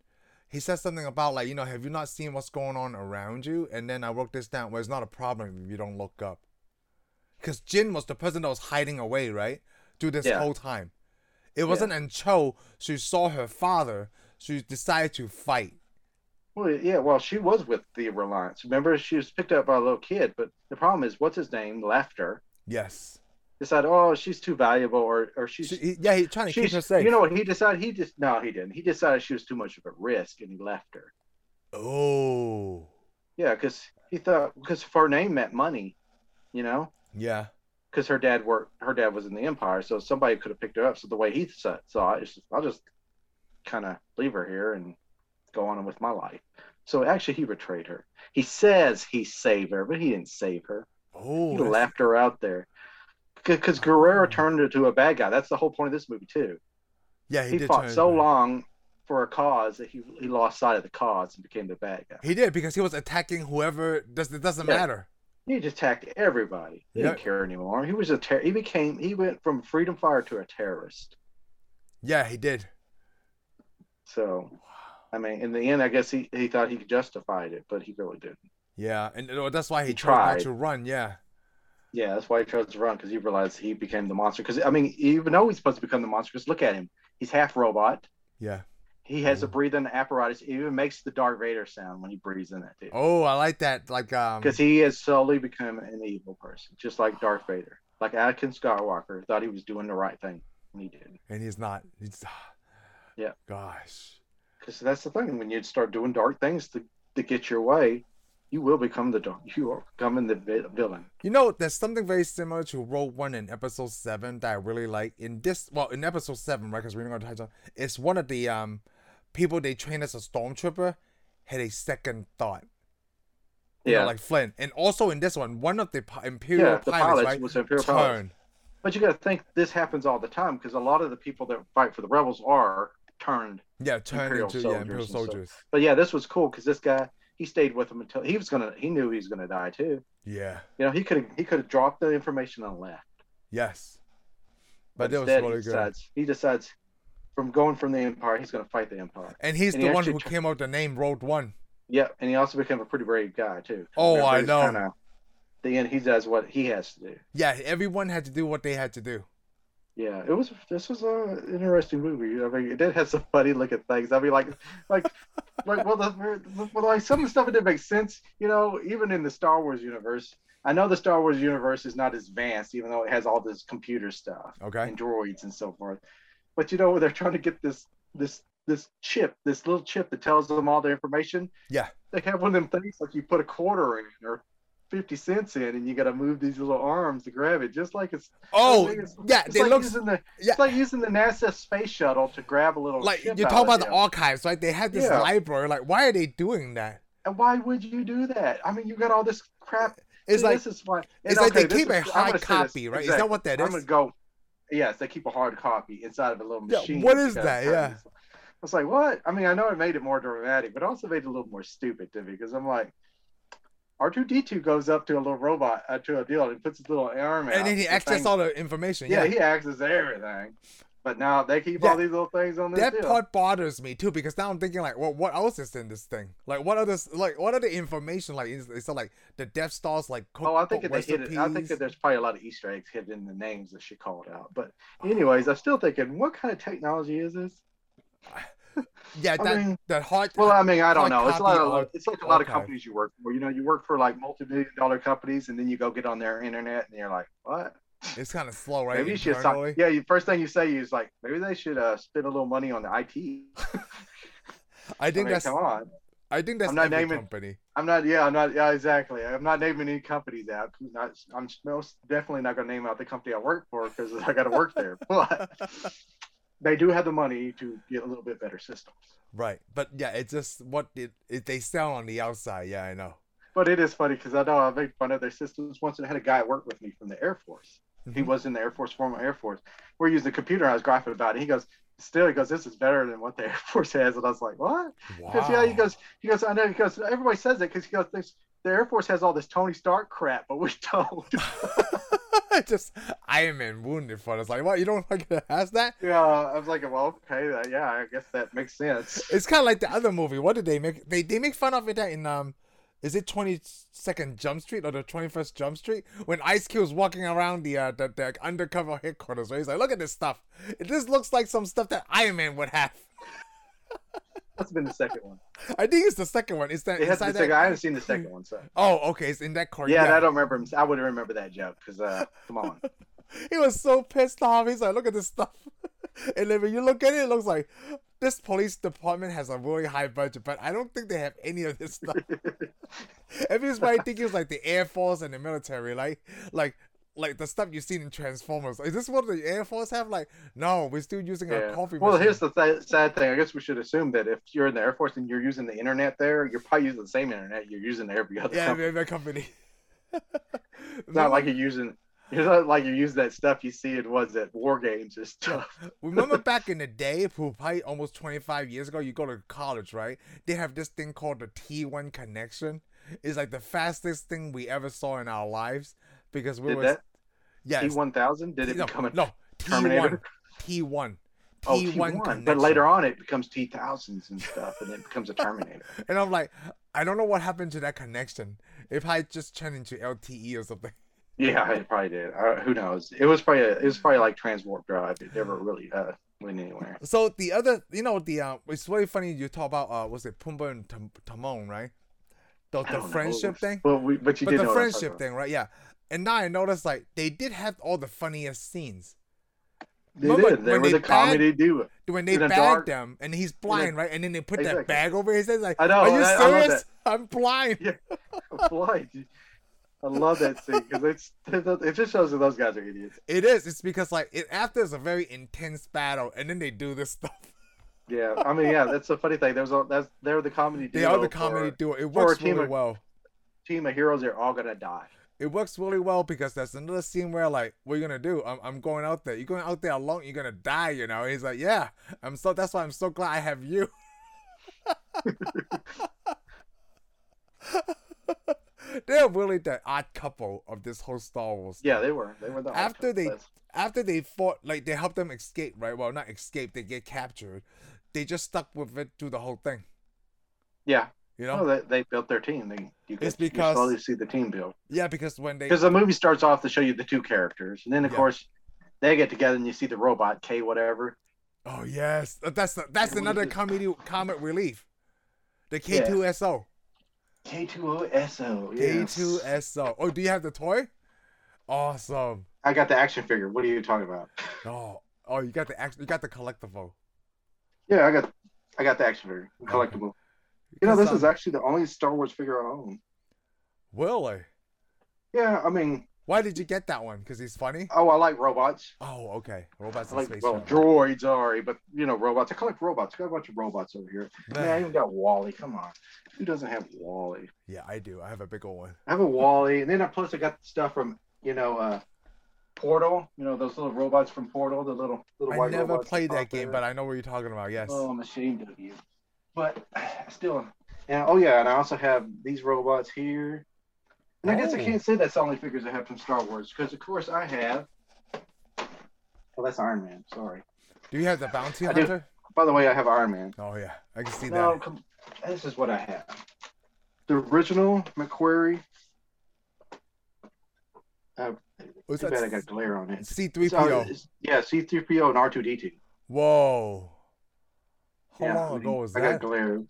He said something about like you know, have you not seen what's going on around you? And then I wrote this down. Well, it's not a problem if you don't look up, because Jin was the person that was hiding away, right, through this
Yeah.
whole time. It wasn't until she saw her father, she decided to fight.
Well, yeah. Well, she was with the Reliance. Remember, she was picked up by a little kid. But the problem is, what's his name? Left her.
Yes.
Decided, oh, she's too valuable, or or she's
She, he- yeah, he's trying to keep
she's.
her safe.
You know what? He decided. He just no, he didn't. He decided she was too much of a risk, and he left her.
Oh.
Yeah, because he thought because if her name meant money, you know,
Yeah.
because her dad worked, her dad was in the Empire, so somebody could have picked her up. So the way he saw, saw it, it's just, I'll just kind of leave her here and go on with my life. So actually, he betrayed her. He says he saved her, but he didn't save her.
Oh.
He
that's-
left her out there because Guerrero
Oh.
turned into a bad guy. That's the whole point of this movie too.
Yeah, he,
He,
did
fought
turn
so
around.
long for a cause that he he lost sight of the cause and became the bad guy.
He did because he was attacking whoever. Does it doesn't
Yeah.
matter.
He just attacked everybody. He
Yeah.
didn't care anymore. He was a ter- he became he went from freedom fighter to a terrorist.
Yeah, he did.
So, I mean, in the end, I guess he, he thought he justified it, but he really didn't.
Yeah, and uh, that's why he,
He
tried not
tried.
to run. Yeah.
Yeah, that's why he chose to run because he realized he became the monster. Because I mean, even though he's supposed to become the monster, just look at him. He's half robot.
Yeah.
He has
Ooh.
a breathing apparatus. He even makes the Darth Vader sound when he breathes in that dude.
Oh, I like that. Like um.
Because he has slowly become an evil person, just like Darth Vader. Like Anakin Skywalker thought he was doing the right thing, and he didn't.
and he's not. He's, ah.
Yeah.
Gosh.
Because that's the thing when you start doing dark things to, to get your way, you will become the dark. You are becoming the vi- villain.
You know, there's something very similar to Rogue One in Episode Seven that I really like. In this, well, in Episode Seven, right? Because we're not going to touch on. It's one of the um people they trained as a stormtrooper had a second thought. You know,
Yeah,
like Flynn, and also in this one, one of the pi- Imperial
yeah. The
pilots,
pilots
right?
was Imperial
turn.
pilots. But you got to think this happens all the time because a lot of the people that fight for the rebels are turned.
Yeah, turn
Imperial
into yeah
soldiers
Imperial
and stuff.
soldiers.
But yeah, this was cool because this guy he stayed with them until he was gonna. He knew he was gonna die too.
Yeah.
You know, he could have he could have dropped the information and left.
Yes. But that was
instead,
really
he
good.
decides he decides from going from the empire, he's gonna fight the empire.
And he's
and
the
he
one
actually
who
tr-
came up with the name Road One.
Yeah, and he also became a pretty brave guy too.
Oh,
Remember,
I
he's
know.
kinda- the end, he does what he has to do.
Yeah, everyone had to do what they had to do.
Yeah, it was. This was a interesting movie. I mean, it did have some funny look at things. I mean, like, like, like, well, the, well, like some of the stuff it didn't make sense. You know, even in the Star Wars universe, I know the Star Wars universe is not as advanced, even though it has all this computer stuff
Okay.
and droids and so forth. But you know, they're trying to get this, this, this chip, this little chip that tells them all their information.
Yeah.
They have one of them things like you put a quarter in or fifty cents in, and you got to move these little arms to grab it, just like it's
Oh,
think it's-
yeah.
it's
They
like
look
using the
yeah.
it's like using the NASA space shuttle to grab a little
like
chip
you're
out
talking
of
about the
them.
archives, right? They had this
Yeah.
library. Like, why are they doing that?
And why would you do that? I mean, you got all this crap.
It's
See,
like
this is why. and
it's like they
this
keep a
is- I'm
hard
gonna say this.
copy, right? Is that
Exactly.
what that
I'm gonna
is?
go. Yes, they keep a hard copy inside of a little
Yeah,
machine.
what is
you gotta
that?
turn
Yeah.
this- I was like, what? I mean, I know it made it more dramatic, but it also made it a little more stupid to me because I'm like, R2D2 goes up to a little robot uh, to a deal and puts his little arm out.
And then he
the
accessed
thing-
all the information.
Yeah,
Yeah.
he accesses everything. But now they keep
Yeah.
all these little things on this
That
deal.
part bothers me too because now I'm thinking like, well, what else is in this thing? Like, what other like what other information? Like, is, is it like the Death Star's like cookbook
Oh, I think that they hid it. I think
recipes?
that there's probably a lot of Easter eggs hidden in the names that she called out. But anyways, I'm still thinking, what kind of technology is this?
yeah,
I
that
mean-
that hard.
Well, I mean, I don't
Like
know. It's a lot
copy
of
art-
it's like a lot of
archive.
companies you work for. You know, you work for like multi-million dollar companies, and then you go get on their internet, and you're like, what?
it's kind of slow, right?
Maybe you should.
Internally.
Stop. Yeah, you, first thing you say is like, maybe they should uh, spend a little money on the IT.
I
I
think
mean,
that's
come on.
I think that's
I'm not
every
naming-
company.
I'm not. Yeah, I'm not. Yeah, exactly. I'm not naming any companies out. I'm Not, I'm most definitely not going to name out the company I work for because I got to work there. But they do have the money to get a little bit better systems.
Right, but yeah, it's just what it, it they sell on the outside. Yeah, I know.
But it is funny because I know I made fun of their systems once, and I had a guy work with me from the Air Force. He
Mhm.
was in the Air Force, former Air Force. We're using the computer. And I was griping about it. He goes, "Still, he goes, this is better than what the Air Force has." And I was like, "What?" Because yeah, he goes, he goes, I know. He goes, everybody says it because he goes, "This- the Air Force has all this Tony Stark crap, but we don't.
just Iron Man wounded for us. Like, what? You don't fucking ask that?
yeah, I was like, well, okay, uh, yeah, I guess that makes sense.
It's kind of like the other movie. What did they make? They they make fun of it that in um, is it Twenty Second Jump Street or the Twenty First Jump Street when Ice Cube's walking around the uh the, the undercover headquarters? Where he's like, look at this stuff. This looks like some stuff that Iron Man would have.
That's been the second one.
I think it's the second one. Is that
It has to be
inside
the
that?
second. I haven't seen the second one, so
Oh, okay. It's in that court.
yeah, and I don't remember him. I would remember that joke because uh, come on,
He was so pissed off. He's like, look at this stuff. and then when you look at it, it looks like this police department has a really high budget, but I don't think they have any of this stuff. Everybody thinks it's like the Air Force and the military, like like like the stuff you've seen in Transformers. Is this what the Air Force have? Like, no, we're still using our
yeah.
coffee
Well,
machine.
here's the th- sad thing. I guess we should assume that if you're in the Air Force and you're using the internet there, you're probably using the same internet you're using every other.
yeah,
company.
my, my company.
It's not like you're using. It's not like you're using that stuff you see it was at war games and stuff.
Remember back in the day, for probably almost 25 years ago, you go to college, right? They have this thing called the T1 connection. It's like the fastest thing we ever saw in our lives because we
Did
were.
that
yeah,
T
it's-
one thousand? Did it
no,
become a
no, T1.
Terminator?
T1.
Oh,
T1
T1,
connection.
but later on it becomes T thousands and stuff, and it becomes a Terminator.
And I'm like, I don't know what happened to that connection. If I just turned into LTE or something.
yeah, it probably did. Uh, who knows? It was probably a, it was probably like Transwarp Drive. It never really uh, went anywhere.
So the other, you know, the uh, it's really funny you talk about uh, was it Pumbaa and Tim- Timon, right? The,
I
the
don't know.
friendship thing.
Well, we, but you
but
did
the
know what I'm talking
friendship
about.
thing, right? Yeah. And now I noticed like they did have all the funniest scenes.
They
Remember
did. They
when
were
they
the comedy duo.
When they
In the
bagged
dark-
them and he's
the-
blind, right? And then they put that
Exactly.
bag over his head. Like,
I know,
Are you
I- I love
serious? I'm blind.
Boy, I love that scene because it's it just shows that those guys are idiots.
It is. It's because like it after it's a very intense battle, and then they do this stuff.
Yeah, I mean, yeah, that's the funny thing. There's all that's they're the comedy duo.
They are the
for
comedy duo. It
for a
works
team
really
of-
well.
team of heroes. They're all gonna die.
It works really well because that's another scene where like, what are you gonna do? I'm, I'm going out there. You're going out there alone. You're gonna die. You know. He's like, yeah. I'm so. That's why I'm so glad I have you. They're really the odd couple of this whole Star Wars.
Yeah, they were. They were the
After they-
that's-
After they fought, like they helped them escape, right? Well, not escape. They get captured. They just stuck with it through the whole thing.
Yeah,
You know.
no, they, they built their team. They you could
It's
you
because-
slowly see the team build
yeah, because when they
because the movie starts off to show you the two characters, and then of
Yeah.
course they get together and you see the robot K whatever.
Oh yes, Uh, that's the, that's
Yeah, we
another
did-
comedy comic relief. The K two S O.
K two O S O.
K two S O. Oh, do you have the toy? Awesome.
I got the action figure. What are you talking about?
Oh, oh, you got the act- you got the collectible.
Yeah, I got I got the action figure collectible. You know, this is actually the only Star Wars figure I own.
really.
Yeah, I mean,
Why did you get that one? Because he's funny.
oh, I like robots.
Oh, okay. Robots
I
in
like
space.
well,
Shuttle.
droids already, but you know, robots. I collect robots. I got a bunch of robots over here.
Nah.
Man, I even got Wally. Come on, who doesn't have Wally?
Yeah, I do. I have a big old one.
I have a Wally, and then I plus I got stuff from you know uh, Portal. You know those little robots from Portal, the little little
I
white
never
robots
played that
out
game,
there.
but I know what you're talking about. Yes.
oh, I'm ashamed of you. But still, and oh yeah, and I also have these robots here. And I guess I
Oh.
can't say that's the only figures I have from Star Wars because of course I have. Well, that's Iron Man. Sorry.
Do you have the bounty
I do.
hunter?
By the way, I have Iron Man.
Oh yeah, I can see
No,
that.
come, this is what I have. The original McQuarrie.
Was
Too bad I got
that
glare on it.
C three
So,
PO?
it's- yeah, C3PO and R2D2.
Whoa. How
yeah,
long
I mean,
ago was
I
that?
got glare.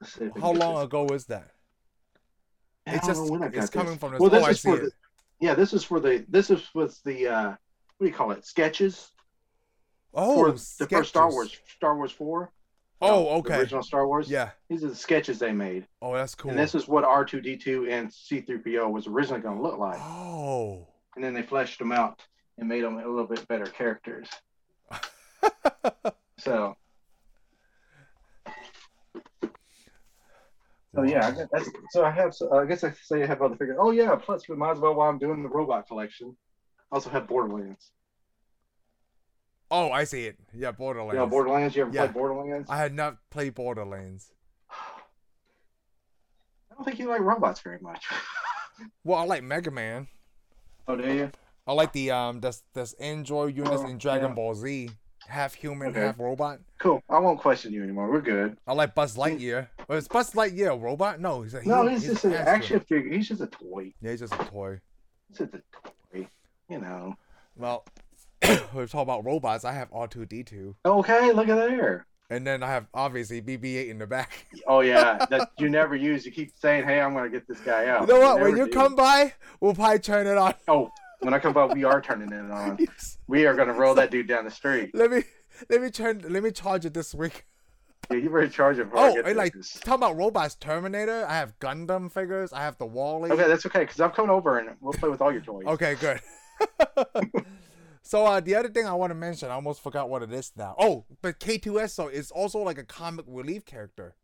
Let's see if I can
How
get
long
this.
ago was that?
I
It's
don't
just
know when I got
it's
this.
coming from this.
Well, this
oh, I
is
see
for
it.
the, yeah, this is for the this is was the uh, what do you call it? Sketches
oh,
for the first Star
sketches.
Wars, Star Wars Four.
Oh,
No, the
okay.
original Star Wars.
Yeah.
these are the sketches they made.
Oh, that's cool.
And this is what R2D2 and C3PO was originally going to look like.
Oh.
And then they fleshed them out and made them a little bit better characters. So, So yeah, I guess that's, so I have. So I guess I say I have other figures. Oh yeah, plus we might as well while I'm doing the robot collection, I also have Borderlands.
Oh, I see it. Yeah, Borderlands.
Yeah, Borderlands. You ever
Yeah.
played Borderlands?
I had not played Borderlands.
I don't think you like robots very much.
Well, I like Mega Man.
oh, do you?
I like the um this this android units in Dragon
Oh, Yeah.
Ball Z, half human,
Okay.
half robot.
Cool. I won't question you anymore. We're good.
I like Buzz Lightyear. Well, it's Buzz Lightyear a robot? No, he's a
no,
he-
he's, just
an
an action figure. He's just a toy.
Yeah, he's just a toy.
He's just a toy. You know.
Well, we're talking about robots. I have R two D two,
Okay, look at there.
and then I have obviously BB eight in the back.
Oh yeah, that you never use. You keep saying, "Hey, I'm gonna get this guy out."
you know what? When
never
you
do.
come by, we'll probably turn it on.
oh, when I come by, we are turning it on. We are gonna roll that dude down the street.
let me let me turn let me charge it this week.
Yeah, you better charge him.
Oh, and like talking about robots, Terminator. I have Gundam figures. I have the Wally.
Okay, that's okay, because I'm coming over and we'll play with all your toys.
Okay, good. so uh, the other thing I want to mention, I almost forgot what it is now. Oh, but K2SO is also like a comic relief character,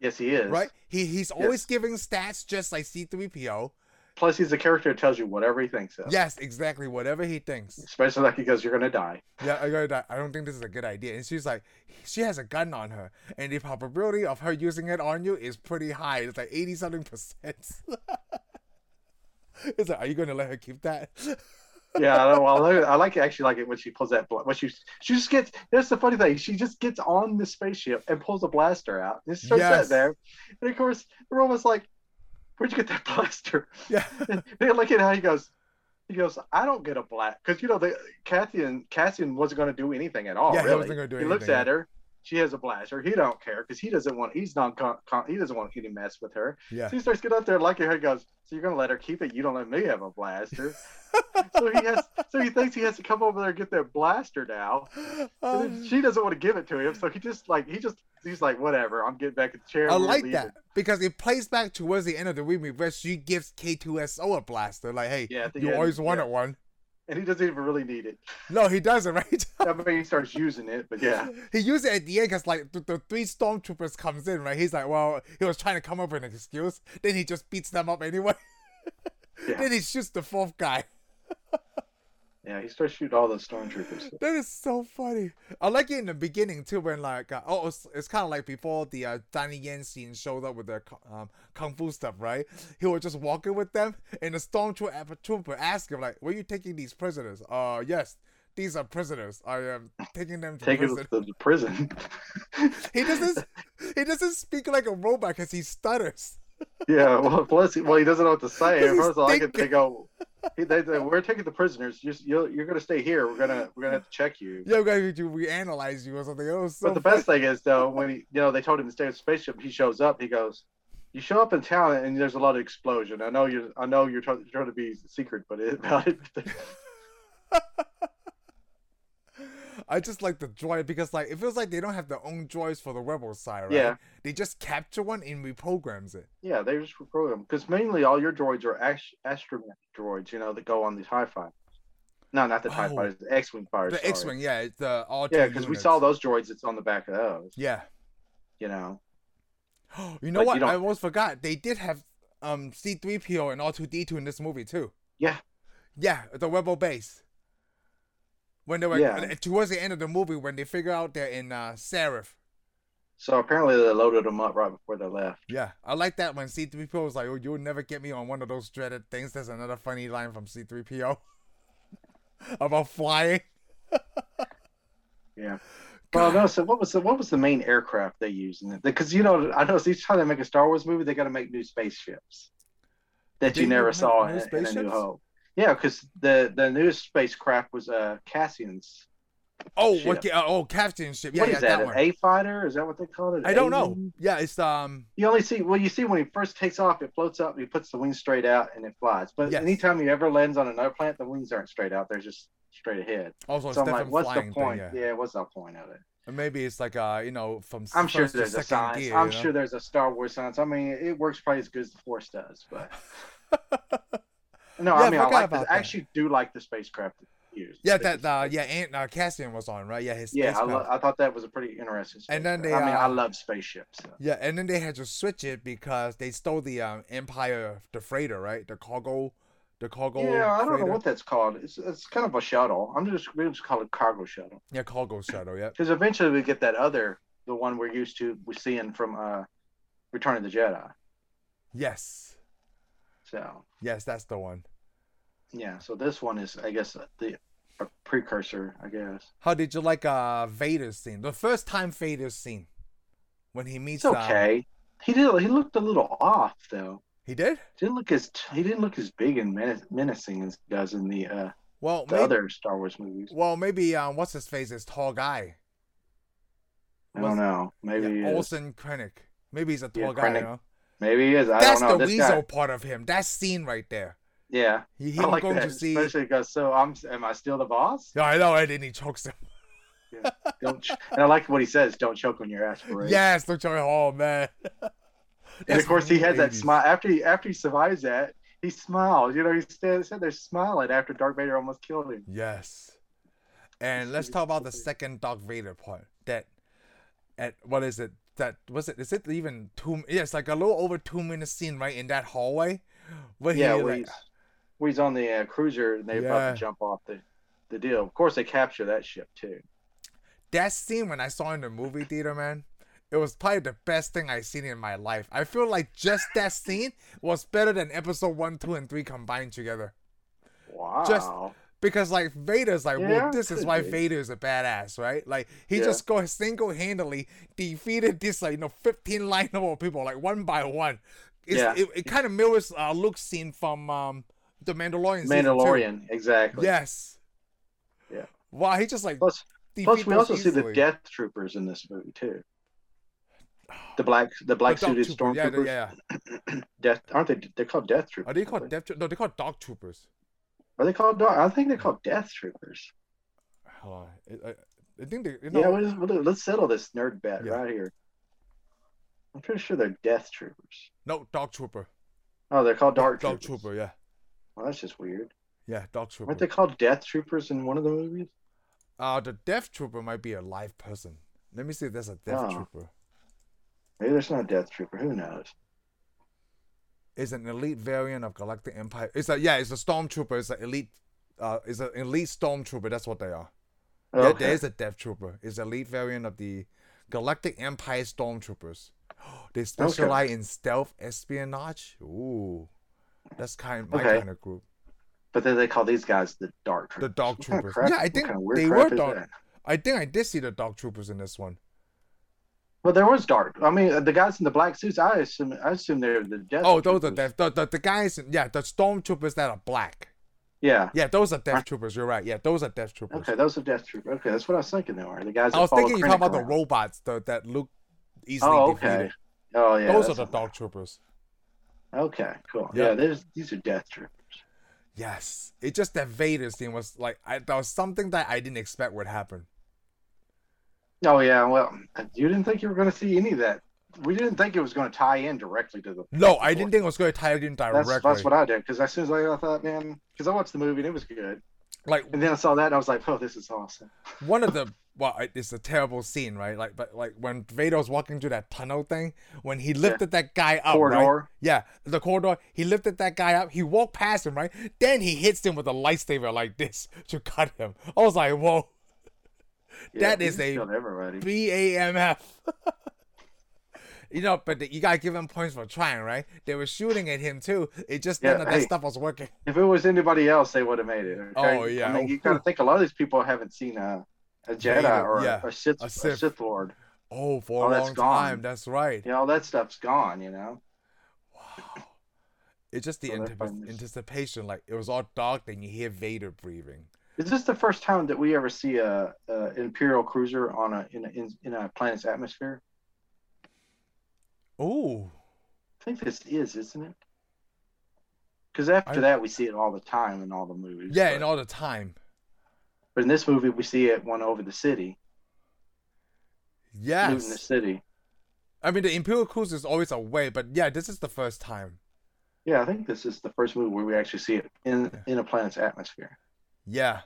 Yes, he is.
right? He he's always giving stats just like C3PO.
Plus, he's a character that tells you whatever he thinks of.
Yes, exactly. Whatever he thinks.
Especially like he goes, "You're gonna die."
Yeah, I got that. I don't think this is a good idea. And she's like, she has a gun on her, and the probability of her using it on you is pretty high. It's like eighty something percent. it's like, are you gonna let her keep that?
Yeah, I, don't, well, I like it. Actually, like it when she pulls that. bla- When she she just gets. That's the funny thing. She just gets on the spaceship and pulls a blaster out. Just starts that
Yes.
there, and of course, the robot's like, "Where'd you get that blaster?"
yeah.
and they look at how he goes. He goes, I don't get a black because you know the Cassian Cassian wasn't going to do anything at all.
Yeah, he
really.
wasn't gonna do
He looks
anything.
at her. She has a blaster. He don't care because he doesn't want. He's not. Con, con, he doesn't want any mess with her.
Yeah.
So he starts getting up there. Like her he goes. So you're going to let her keep it? You don't let me have a blaster. so he has. So he thinks he has to come over there and get that blaster now. And then
Um,
she doesn't want to give it to him. So he just like he just he's like whatever. I'm getting back in the chair.
I
we're
like
leaving."
that because it plays back towards the end of the movie where she gives K2SO a blaster. Like, hey,
Yeah. at the
you
end,
always wanted
yeah.
one.
And he doesn't even really need it.
No, he doesn't, right?
I mean, he starts using it, but yeah.
He used it at the end because like the, the three stormtroopers comes in, right? He's like, well, he was trying to come up with an excuse. Then he just beats them up anyway.
Yeah.
then he shoots the fourth guy.
Yeah, he starts shooting all those stormtroopers.
That is so funny. I like it in the beginning too, when like uh, oh, it's, it's kind of like before the uh, Donnie Yen scene showed up with the cu- um, kung fu stuff, right? He was just walking with them, and the stormtrooper uh, trooper asked him like, "Were you taking these prisoners?" Uh, yes, these are prisoners. I am taking them to
Take him
prison.
to the prison.
He doesn't. He doesn't speak like a robot because he stutters.
yeah, well, plus, well, he doesn't know what to say.
He's
First of all, I get,
thinking.
they go, he- they, they, "We're taking the prisoners. You're, you're, you're going to stay here. We're gonna we're gonna have to check you."
Yeah, we're gonna do- we analyze you or something. It was so
but the best thing is though, when he, you know, they told him to stay with the spaceship, he shows up. He goes, "You show up in town, and there's a lot of explosion. I know you, I know you're trying, trying to be secret, but it, about it,
I just like the droid because like it feels like they don't have their own droids for the rebel side, right?
Yeah.
They just capture one and reprograms it.
yeah, they just program because mainly all your droids are ast- astronaut droids, you know, that go on these high fighters. No, not the TIE
Oh.
fighters, the X-wing fighters.
The
sorry.
X Wing, yeah, it's the all
Yeah,
two
because we
E units.
saw those droids that's on the back of those.
Yeah.
You know.
you know
But you
what?
don't-
I almost forgot. They did have um C three PO and R two D two in this movie too.
Yeah.
Yeah, at the rebel base. When they were
Yeah.
towards the end of the movie when they figure out they're in uh Seraph.
So apparently they loaded them up right before they left.
Yeah, I like that when C3PO was like, "Oh, you'll never get me on one of those dreaded things." That's another funny line from C3PO about flying.
Yeah. Well, no. So what was the what was the main aircraft they used? in it? Because you know, I noticed each time they make a Star Wars movie, they got to make new spaceships that
They
you never
make
saw in,
new
in A New
spaceships?
Hope. Yeah, because the the newest spacecraft was uh Cassian's.
Oh,
Ship.
what? ca- oh, captain ship. Yeah,
what
yeah,
is that?
that
an
one.
A fighter? Is that what they called it?
I don't
A-
know. Yeah, it's um.
You only see well, you see when he first takes off, it floats up, he puts the wings straight out, and it flies. But
Yes.
anytime he ever lands on another planet, the wings aren't straight out; they're just straight ahead.
Also,
so I'm
Stephen
like, what's the
flying
point?
Thing, yeah.
yeah. what's the point of it?
Or Maybe it's like uh, you know, from
I'm sure
first to
there's a
second
science.
gear,
I'm
you know?
sure there's a Star Wars science. I mean, it works probably as good as the Force does, but no,
Yeah, I
I mean, I
forgot
like. The,
about
I
that.
actually do like the spacecraft. years.
Yeah, that uh, yeah, and uh, Cassian was on, right? Yeah, his
yeah,
his
I,
path.
lo- I thought that was a pretty interesting.
And then
space-
they,
I mean,
uh,
I love spaceships. so.
Yeah, and then they had to switch it because they stole the um, Empire, the freighter, right? The cargo, the cargo.
Yeah, I don't know
freighter.
what that's called. It's it's kind of a shuttle. I'm just we just call it cargo shuttle
Yeah, cargo shuttle. Yeah,
because eventually we get that other the one we're used to we seeing from uh Return of the Jedi.
yes,
So
yes, that's the one.
yeah, so this one is I guess the a precursor. I guess
How did you like uh Vader's scene? The first time Vader's scene when he meets. um,
it's okay. He did. He looked a little off though.
Uh, he did.
Didn't look as he didn't look as big and menace, menacing as he does in the uh
Well,
the
maybe,
other Star Wars movies.
well, maybe um, what's his face? This tall guy.
I don't
was-
know. Maybe
yeah,
he is.
Olsen Krennic. Maybe he's a
Yeah,
tall guy. You
Krennic.
know?
Maybe he is. I
That's
don't know.
the
this guy.
weasel part of him. That scene right there.
Yeah.
He, he
I like
going
that,
to see.
especially because so I'm. Am I still the boss?
Yeah, I know. And then he chokes him.
Don't. ch- and I like what he says. Don't choke on your aspirations.
Yes, the Charlie Hall, man.
And
That's
of course, he has that
80s.
smile after he after he survives that. He smiles. You know, he stand- said they're smiling after Darth Vader almost killed him.
Yes. And let's talk about the second Darth Vader part. That, at what is it? That was it. Is it even two? Yeah, it's like a little over two minute scene, right in that hallway. Where
yeah,
he,
where
like,
he's where he's on the uh, cruiser and they're about
Yeah.
to jump off the the deal. Of course, they capture that ship too.
that scene when I saw it in the movie theater, man. It was probably the best thing I've seen in my life. I feel like just that scene was better than episode one, two, and three combined together.
Wow.
because like Vader's like,
Yeah,
well, this is
could
why
be.
Vader is a badass, right? Like he
Yeah.
just go single handedly defeated this like you know fifteen line of people like one by one. It's,
Yeah.
it, it kind of mirrors uh, Luke's scene from um the Mandalorian. season two.
Mandalorian, exactly.
Yes.
Yeah.
Wow, he just like
Plus,
defeat
plus we
those
also see the
easily.
Death Troopers in this movie too. The black, the black
The Dark
suited
Trooper, yeah, the-
stormtroopers.
yeah.
Death, aren't they? They're called Death Troopers.
Are they called
aren't
Death? Tro- No, they called Dark Troopers.
Are they called Dark? I think they're called Death Troopers.
Hold on. I, I, I think they. You know,
Yeah, we'll, we'll- let's settle this nerd bet
Yeah.
right here. I'm pretty sure they're Death Troopers.
no, Dark Trooper.
Oh, they're called Dark
Dark
Troopers.
Trooper. Yeah.
Well, that's just weird.
Yeah, Dark Trooper.
Aren't they called Death Troopers in one of the movies?
Uh, the Death Trooper might be a live person. Let me see if there's a Death
Oh.
Trooper.
Maybe there's not a Death Trooper. Who knows?
It's an elite variant of Galactic Empire. It's a yeah, it's a Stormtrooper. It's an elite, uh, it's an elite Stormtrooper. That's what they are.
Oh,
Yeah,
okay.
there is a Death Trooper. It's an elite variant of the Galactic Empire Stormtroopers. they specialize in stealth espionage. Ooh, that's kind my
Okay.
kind of group.
But then they call these guys the Dark Troopers.
The Dark
What kind of
Troopers.
crap-
yeah, I
what
think
kind of weird
they
crap
were
is
Dark.
that?
I think I did see the Dark Troopers in this one.
Well, there was dark. I mean, the guys in the black suits. I assume. I assume they're the Death.
Oh, those are
Troopers.
Death. The, the, the guys, yeah, the Stormtroopers that are black.
Yeah.
Yeah, those are Death
Right.
Troopers. You're right. Yeah, those are Death Troopers.
Okay, those are Death Troopers. Okay, that's what I was thinking. They were the guys.
I
that
was
follow
thinking you talking
Krennic
about the
around.
robots though, that Luke easily
Oh, okay.
defeated.
Oh, yeah.
those are
that's
the
a-
Dark Troopers.
Okay, cool.
Yeah.
Yeah, there's these are Death Troopers.
Yes, it just that Vader's thing was like I, that was something that I didn't expect would happen.
Oh yeah. Well, you didn't think you were going to see any of that. We didn't think it was going to tie in directly to the.
No, I didn't think it was going to tie it in directly.
That's that's what I did because as soon as I, I thought, man, because I watched the movie and it was good,
like
and then I saw that and I was like, oh, this is awesome.
one of the well, it- it's a terrible scene, right? Like, but like when Vader was walking through that tunnel thing, when he lifted that guy up, Oh, right?
Corridor.
Yeah, the corridor. He lifted that guy up. He walked past him, right? Then he hits him with a lightsaber like this to cut him. I was like, whoa,
Yeah,
That
he
is
just
a-
killed everybody.
BAMF. you know, but you gotta give him points for trying, right? They were shooting at him too. It just
Yeah,
none of that
hey.
stuff was working.
If it was anybody else, they would have made it. okay?
Oh, yeah.
I mean, you got to think a lot of these people haven't seen a, a Jedi
Vader,
or a-
yeah.
a, Sith,
A
a
Sith.
Sith Lord.
Oh, for
Oh,
a
that's
long
gone.
time. That's right.
You know, all that stuff's gone. You know.
Wow. It's just the
So they're
antip-
fighting this-
anticipation. Like it was all dark, then you hear Vader breathing.
Is this the first time that we ever see a, a Imperial cruiser on a in, a in in a planet's atmosphere?
Oh,
I think this is, isn't it? Because
I-
after that, we see it all the time in all the movies.
yeah,
but,
and all the time.
but in this movie, we see it one over the city, looting the
Yes.
city.
I mean, the Imperial Cruise is always away, but yeah, this is the first time.
Yeah, I think this is the first movie where we actually see it in in a planet's atmosphere.
Yeah.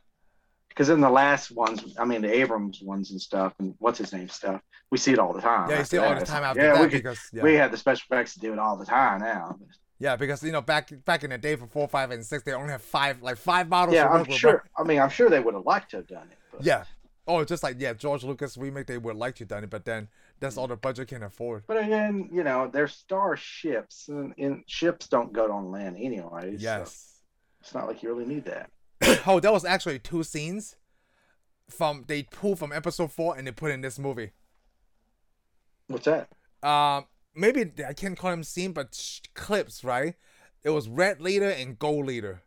because in the last ones, I mean the Abrams ones and stuff, and what's his name stuff, we see it all the time.
Yeah, you see it
after
all the
that.
time after
Ah, yeah,
that
we, could-
because yeah.
we had the special effects to do it all the time now.
yeah, because you know back back in the day for four, five, and six, they only have five like five models.
yeah,
to
I'm
work with,
sure. I mean, I'm sure they would have liked to have done it.
but-
But,
Yeah. Oh, just like yeah, George Lucas remake they would like to done it, but then that's all the budget can afford.
But again, you know, they're star ships, and, and ships don't go on land anyway. so
Yes.
it's not like you really need that.
oh, that was actually two scenes from they pulled from episode four and they put in this movie.
What's that?
Um, maybe I can't call them scene, but sh- clips, right? It was red leader and gold leader.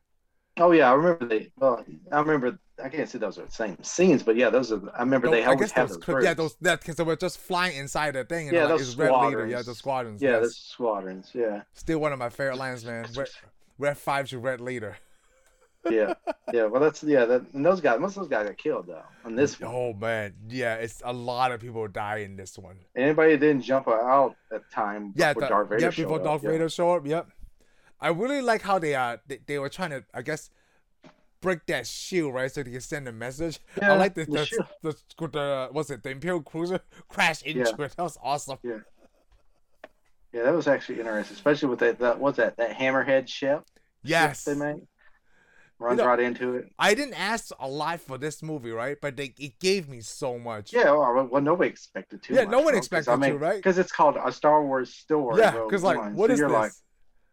Oh yeah, I remember they. Well, I remember. I can't say those are the same scenes, but yeah, those are. I remember they
Those- I
always
guess
have
those
those.
clips, yeah,
groups.
those that because they were just flying inside the thing. And
Yeah,
I'm like,
those
it's red leader. Yeah,
squadrons.
the squadrons.
Yeah,
yes.
those squadrons. Yeah,
still one of my favorite lines, man. Red, red five's your red leader.
yeah, yeah. Well, that's yeah. That, and those guys, most of those guys got killed though. On this one,
Oh man, yeah, it's a lot of people die in this one.
anybody that didn't jump out at time.
Yeah,
before
the-
Darth Vader
yeah, before
showed
Darth
up, yeah.
Vader show up. Yep. I really like how they uh they, they were trying to I guess break that shield right so they can send a message.
Yeah,
I like the
the
the,
shield.
the, the, what's it the Imperial cruiser crash into
Yeah.
it. That was awesome.
Yeah. Yeah, that was actually interesting, especially with that. that what's that? That hammerhead ship.
Yes.
they made. Runs
know-
right into it.
I didn't ask a lot for this movie, right? But they it gave me so much.
Yeah, well, well, nobody expected to.
Yeah, no one expected to, right?
Because it's called a Star Wars story.
Yeah,
Rogue
because like,
One,
what
so
is
you're
this?
Like,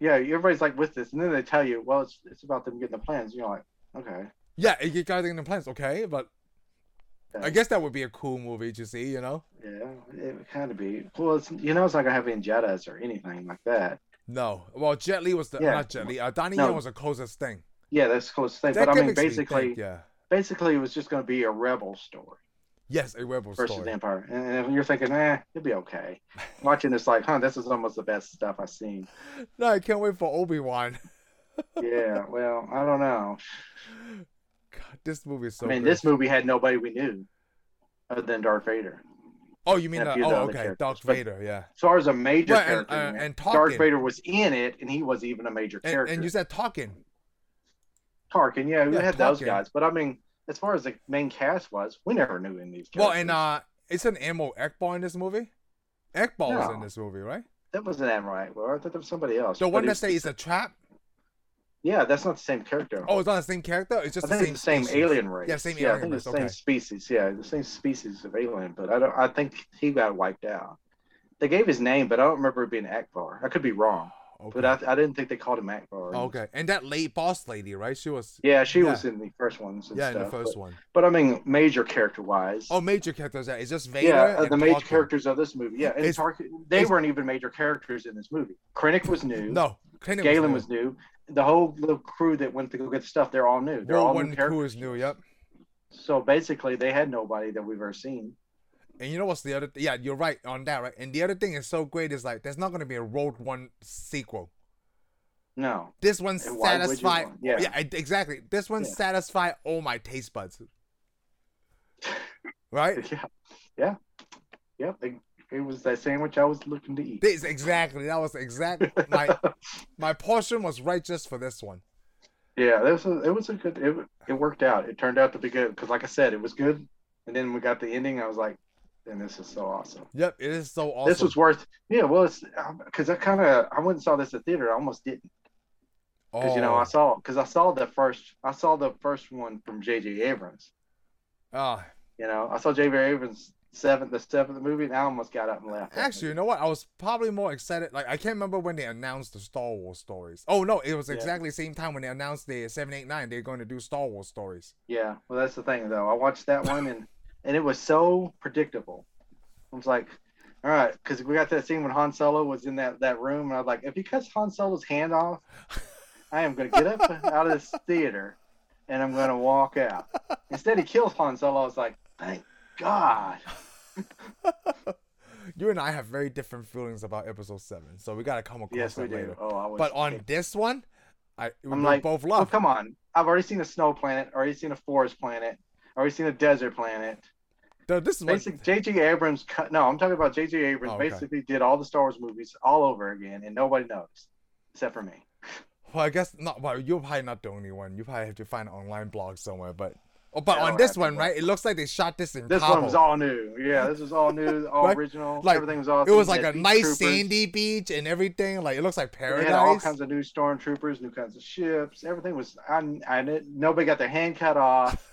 yeah, everybody's like with this, and then they tell you, well, it's it's about them getting the plans. And you're like, okay,
Yeah, it you guys in the plans, okay? But I guess that would be a cool movie to see, you know?
yeah, it would kind of be. Well, it's, you know, it's not gonna have any Jedi's or anything like that.
No, well, Jet Li was the
Yeah.
not Jet Li. Uh, Donnie
No.
Yen was the closest thing.
Yeah, that's the closest thing.
That
but I
could
mean,
make me think,
basically,
yeah,
basically, it was just gonna be a rebel story
yes, a rebel
versus the
story.
Empire, and, and you're thinking, eh, it'll be okay. Watching this, like, huh, this is almost the best stuff I've seen.
No, I can't wait for Obi Wan.
Yeah, well, I don't know.
God, this movie is so.
I mean,
good.
this movie had nobody we knew other than Darth Vader.
Oh, you mean
and a
uh,
few of
oh,
the other
okay,
characters,
Darth
but-
Vader, yeah.
As far as a major
Well, and-
character,
uh,
man,
and Tarkin.
Darth Vader was in it, and he wasn't even a major
And,
character.
and you said talking.
Tarkin, yeah, we
Yeah,
had those
Tarkin.
guys. But I mean, as far as the main cast was, we never knew any of these characters.
Well, and uh, it's an Admiral Ekbal in this movie. Ekbal was in
No.
this movie, right?
that wasn't Admiral Ackbar. I thought that was somebody else.
uh The
But
one
it-
that say it's a trap.
yeah, that's not the same character.
Oh, it's not the same character. It's
I
just
think it's the
the same.
same
species.
alien race.
Yeah, same
I
alien
think
race,
it's the
okay.
same species. Yeah, the same species of alien. But I don't. I think he got wiped out. They gave his name, but I don't remember it being Akbar. I could be wrong.
Okay.
But I, I didn't think they called him Akbar.
Oh, okay, and that late boss lady, right? She was
Yeah, she
Yeah.
was in the first ones. And
yeah
stuff,
in the first
but,
one.
But I mean, major character wise.
Oh, major characters. Yeah, it's just Vader.
yeah, uh,
and
the major
Tarkin.
characters of this movie. Yeah, and
It's-
Tarkin, they
it's-
weren't even major characters in this movie. Krennic was new.
No, Clint
Galen was new. The whole little crew that went to go get stuff, they're all new. They're
World
all new
One
characters.
crew is new. Yep.
So basically, they had nobody that we've ever seen.
And you know what's the other? Th- yeah, you're right on that, right? And the other thing is so great is like there's not gonna be a Road One sequel.
No.
This one
And why would you
satisfied.
want-
Yeah.
yeah.
I- exactly. This one
Yeah.
satisfied all my taste buds. Right?
Yeah. Yeah. Yep. It, it was that sandwich I was looking to eat.
This exactly. That was exactly my my portion was right just for this one.
Yeah, this was, it was a good. It, it worked out. It turned out to be good because, like I said, it was good. And then we got the ending. I was like, "And this is so awesome.
Yep, it is so awesome.
This was worth." Yeah, well, it's because I kind of I went and saw this at theater. I almost didn't because you
Oh,
know I saw because I saw the first I saw the first one from J.J. Abrams.
Ah,
You know, I saw J.J. Abrams seventh the seventh movie, and I almost got up and left.
Actually, you know what? I was probably more excited. Like I can't remember when they announced the Star Wars stories. Oh no, it was
Yeah.
exactly the same time when they announced the seven eight nine. They're going to do Star Wars stories.
yeah. Well, that's the thing though. I watched that one and and it was so predictable. I was like, all right, because we got that scene when Han Solo was in that, that room, and I was like, if he cuts Han Solo's hand off, I am going to get up out of this theater and I'm going to walk out. Instead, he kills Han Solo. I was like, thank God.
You and I have very different feelings about Episode seven, so we gotta come across
Yes, we
that later.
do. Oh, I was.
But on this one, I we
I'm like,
both
oh,
love.
come on. I've already seen a snow planet, already seen a forest planet, already seen a desert planet.
Though This one,
Basic J.J. Abrams cut. No, I'm talking about J.J. Abrams.
Oh, okay.
Basically, did all the Star Wars movies all over again, and nobody noticed except for me.
well, I guess not. Well, you're probably not the only one. You probably have to find an online blog somewhere. But Oh, but
Yeah,
on
all
this
right.
one, right? It looks like they shot this in
This one
Cabo.
was all new. Yeah, this was all new, all
Right?
original.
Like,
Everything was all.
it was like a nice sandy beach and everything. Like it looks like
They
paradise.
had all kinds of new stormtroopers, new kinds of ships. Everything was. I, I kn- nobody got their hand cut off.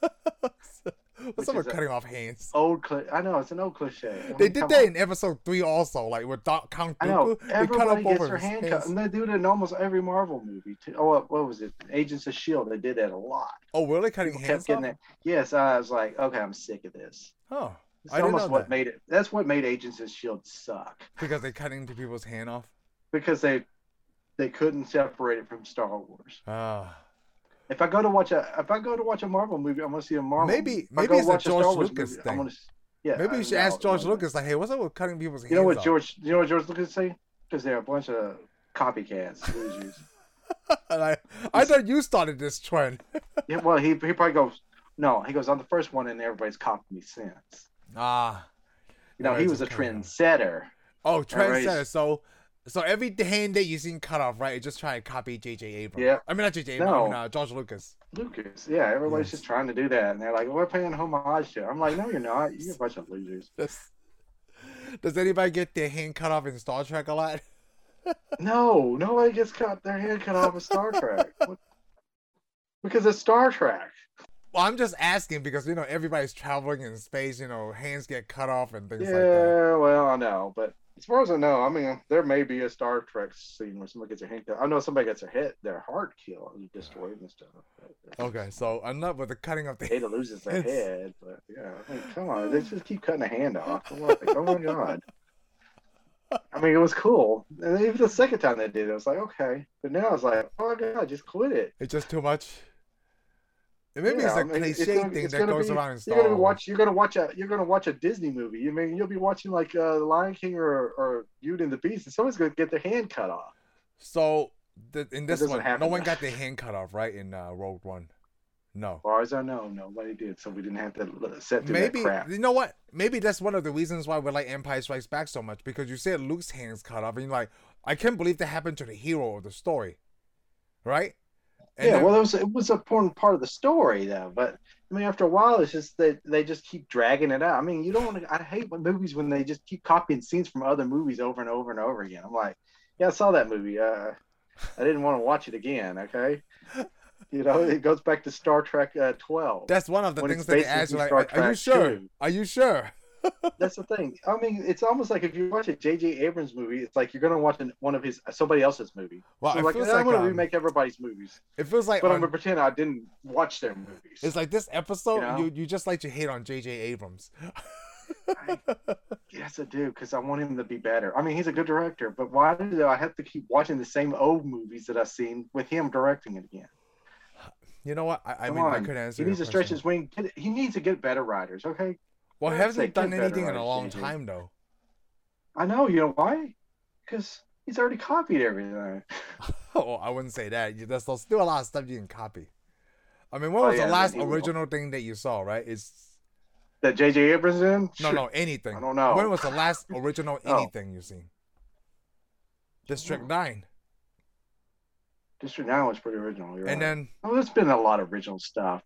What's
which
up
is
with
a-
cutting off hands?
Old. Cli- I know it's an old cliche.
They did
Come
that
on.
in episode three also, like with Doc Count
I know.
Dooku. They cut
Everybody
up
gets
over
their
his
hand
hands.
cut, and they do it in almost every Marvel movie. Too. Oh, what, what was it? Agents of Shield. E They did that a lot.
Oh, really? Cutting
People
hands
kept getting
off?
that. Yes, I was like, okay, I'm sick of this.
Huh.
It's
I didn't
almost
know
what
that.
made it. That's what made Agents of Shield E suck
Because they cutting the people's hand off.
because they they couldn't separate it from Star Wars.
Ah.
If I go to watch a if I go to watch a Marvel movie, I'm gonna see a Marvel.
Maybe-
movie. If I
maybe
go
it's a
watch
George
Star Wars
Lucas
movie,
thing.
I'm gonna, s- yeah,
Maybe
I
you should
know,
ask George
no.
Lucas, like, hey, what's up with cutting people's
You
hands
know what
off?
George? You know what George Lucas say? Because they're a bunch of copycats, losers.
And I, I thought you started this trend.
yeah, well, he he probably goes, no, he goes, I'm the first one, and everybody's copied me since.
Ah.
You know, he was a trendsetter.
Oh,
Alright.
trendsetter. So, so every hand that you seen cut off, right, is just trying to copy J.J. Abrams.
Yeah.
I mean, not J.J. Abrams, I
No.
mean, uh, George Lucas.
Lucas, yeah, everybody's
Yes.
just trying to do that, and they're like, we're paying homage to. it." I'm like, no, you're not. You're a bunch of losers.
Does, does anybody get their hand cut off in Star Trek a lot?
No, nobody gets cut their hand cut off of Star Trek. What- Because it's Star Trek.
Well, I'm just asking because you know everybody's traveling in space. You know, hands get cut off and things
Yeah,
like that.
well, I know, but as far as I know, I mean, there may be a Star Trek scene where somebody gets their hand cut. I know somebody gets their head, their heart killed and destroyed and stuff.
Okay, so enough with the cutting of the.
Ada loses their
It's-
head, but yeah, I mean, come on, they just keep cutting a hand off. I'm like, oh my god. I mean, it was cool, and even the second time they did it, I was like, okay, but now I was like, oh my god, just quit it.
It's just too much. And maybe
Yeah,
it's a
I mean, it's
cliche
gonna be-
thing
it's
that
gonna
goes
be-
around in Star
You're gonna
Wars.
watch. You're gonna watch a. You're gonna watch a Disney movie. I mean, you'll be watching like uh, The Lion King or or Beauty and the Beast, and someone's gonna get their hand cut off.
So the, in this
doesn't
one, no
happen.
one got their hand cut off, right? In uh, Rogue One, no.
As far as I know, nobody did, so we didn't have to l- set through
Maybe
that crap.
you know what? Maybe that's one of the reasons why we like Empire Strikes Back so much because you said Luke's hands cut off, and you're like, I can't believe that happened to the hero of the story, right? And
yeah,
then-
well, it was it was an important part of the story though. But I mean, after a while, it's just that they just keep dragging it out. I mean, you don't. want to I hate when movies when they just keep copying scenes from other movies over and over and over again. I'm like, yeah, I saw that movie. Uh, I didn't want to watch it again. Okay, you know, it goes back to Star Trek uh, 12.
That's one of the
when
things
it's
that they
basically
ask you, like,
Star
are, are you
Trek
sure?
too.
Are you sure?
That's the thing. I mean, it's almost like if you watch a J.J. Abrams movie, it's like you're gonna watch an, one of his uh, somebody else's movie.
Well,
So
it,
like,
feels
"Eh, I'm
like,
gonna
um,
remake everybody's movies,
it feels like
but I'm
on-
gonna pretend I didn't watch their movies.
it's like this episode. You,
you know?
you, just like to hate on J.J. Abrams.
I, yes, I do, because I want him to be better. I mean, he's a good director, but why do I have to keep watching the same old movies that I've seen with him directing it again?
You know what? I, I
Come
mean, I
on.
could
He
answer. your
needs to stretch
question.
his wing. Get- He needs to get better writers, okay?
Well,
I'd say
hasn't
get
done
better
anything in a
writers,
long
J.J.
time though.
I know, you know why? Because he's already copied everything.
Oh, I wouldn't say that. You- There's still a lot of stuff you can copy. I mean, what
Oh,
was
yeah,
the
I
last
mean, he will.
original thing that you saw? Right? It's
That J.J. Abrams in?
no,
Shoot,
no, anything.
I don't know.
When was the last original
Oh.
anything you seen? District Nine,
District 9 was pretty original. You're
and
right.
then
Oh, there's been a lot of original stuff.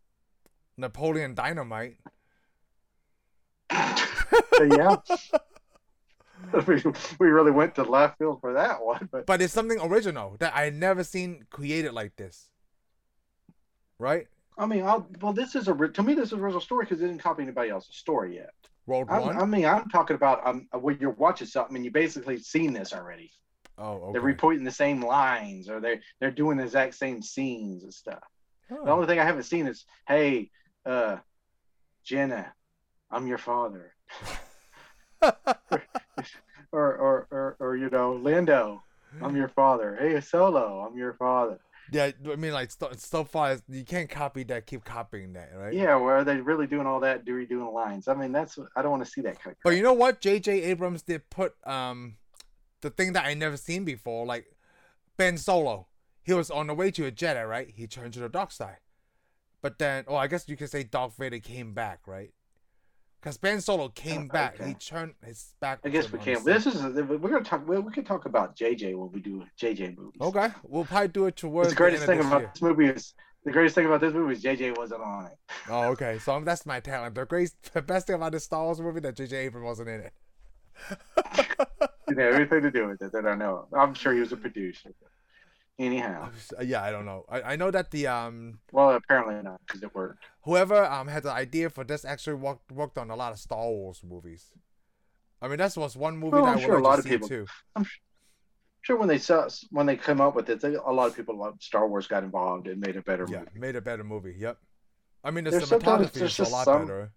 Napoleon Dynamite.
But yeah. we, we really went to left field for that one, but
but it's something original that I had never seen created like this. Right?
I mean, I'll, well, this is a ri- to me this is a original story because it didn't copy anybody else's story yet.
Road
I'm,
one.
I mean, I'm talking about um, where you're watching something and you basically seen this already.
oh,
They're
okay.
reporting the same lines or they're they're doing the exact same scenes and stuff.
Huh.
The only thing I haven't seen is, hey, uh, Jenna, I'm your father, or or or, or you know, Lando, I'm your father. Hey, Solo, I'm your father.
yeah, I mean, like so, so far as- you can't copy that. Keep copying that, right?
Yeah, where are they really doing all that? Do we doing lines? I mean, that's I don't want to see that kind of.
But
crap.
you know what? J.J. Abrams did put um, the thing that I never seen before, like Ben Solo. He was on the way to a Jedi, right? He turned to the dark side, but then, oh, I guess you could say Darth Vader came back, right? Because Ben Solo came
Oh,
back.
okay.
He turned his back.
I guess
to
we
him
can.
on the
This is we're gonna talk. We, we can talk about JJ when we do JJ movies.
Okay, we'll probably do it towards
It's the greatest
the
thing
end of this
about
year.
this movie is The greatest thing about this movie is JJ wasn't on it.
Oh, okay. So I'm, that's my talent. The great, the best thing about this Star Wars movie that J.J. Abrams wasn't in it.
It had everything to do with it that I know. of. I'm sure he was a producer. Anyhow,
uh, yeah, I don't know. I, I know that the um
well, apparently not because it worked.
whoever um had the idea for this actually worked worked on a lot of Star Wars movies. I mean, that's was one movie
Oh,
that I
I'm
would
sure a
like
lot
to
of
see
people-
too.
Sure, when they saw when they come up with it, they, a lot of people love Star Wars got involved and made a better
Yeah,
movie.
made a better movie. Yep. I mean, the
There's sometimes
cinematography
there's
is a
just
lot
some-
better.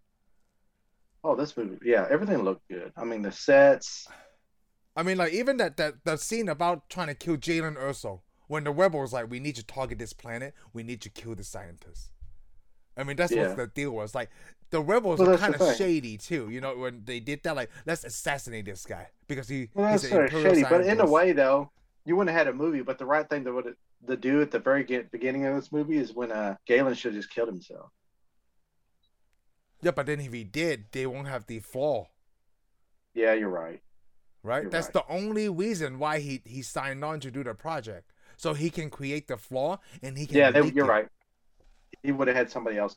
Oh, this movie, yeah, everything looked good. I mean, the sets.
I mean, like even that that that scene about trying to kill Jalen Urso when the rebels like, we need to target this planet. We need to kill the scientists. I mean, that's
Yeah.
what the deal was. Like the rebels
Well,
are
that's the
kind
thing.
of shady too. You know, when they did that, like let's assassinate this guy because he
Well,
he's
that's
an
sort of
imperial
shitty, but in a
scientist.
way, though, you wouldn't have had a movie. But the right thing to, would- to do at the very get, beginning of this movie is when uh, Galen should have just killed himself.
Yeah, but then if he did, they won't have the flaw,
Yeah, you're right.
right?
You're
That's
right.
the only reason why he he signed on to do the project, so he can create the flaw and he can.
Yeah, they,
leak
you're
it.
right. He would have had somebody else.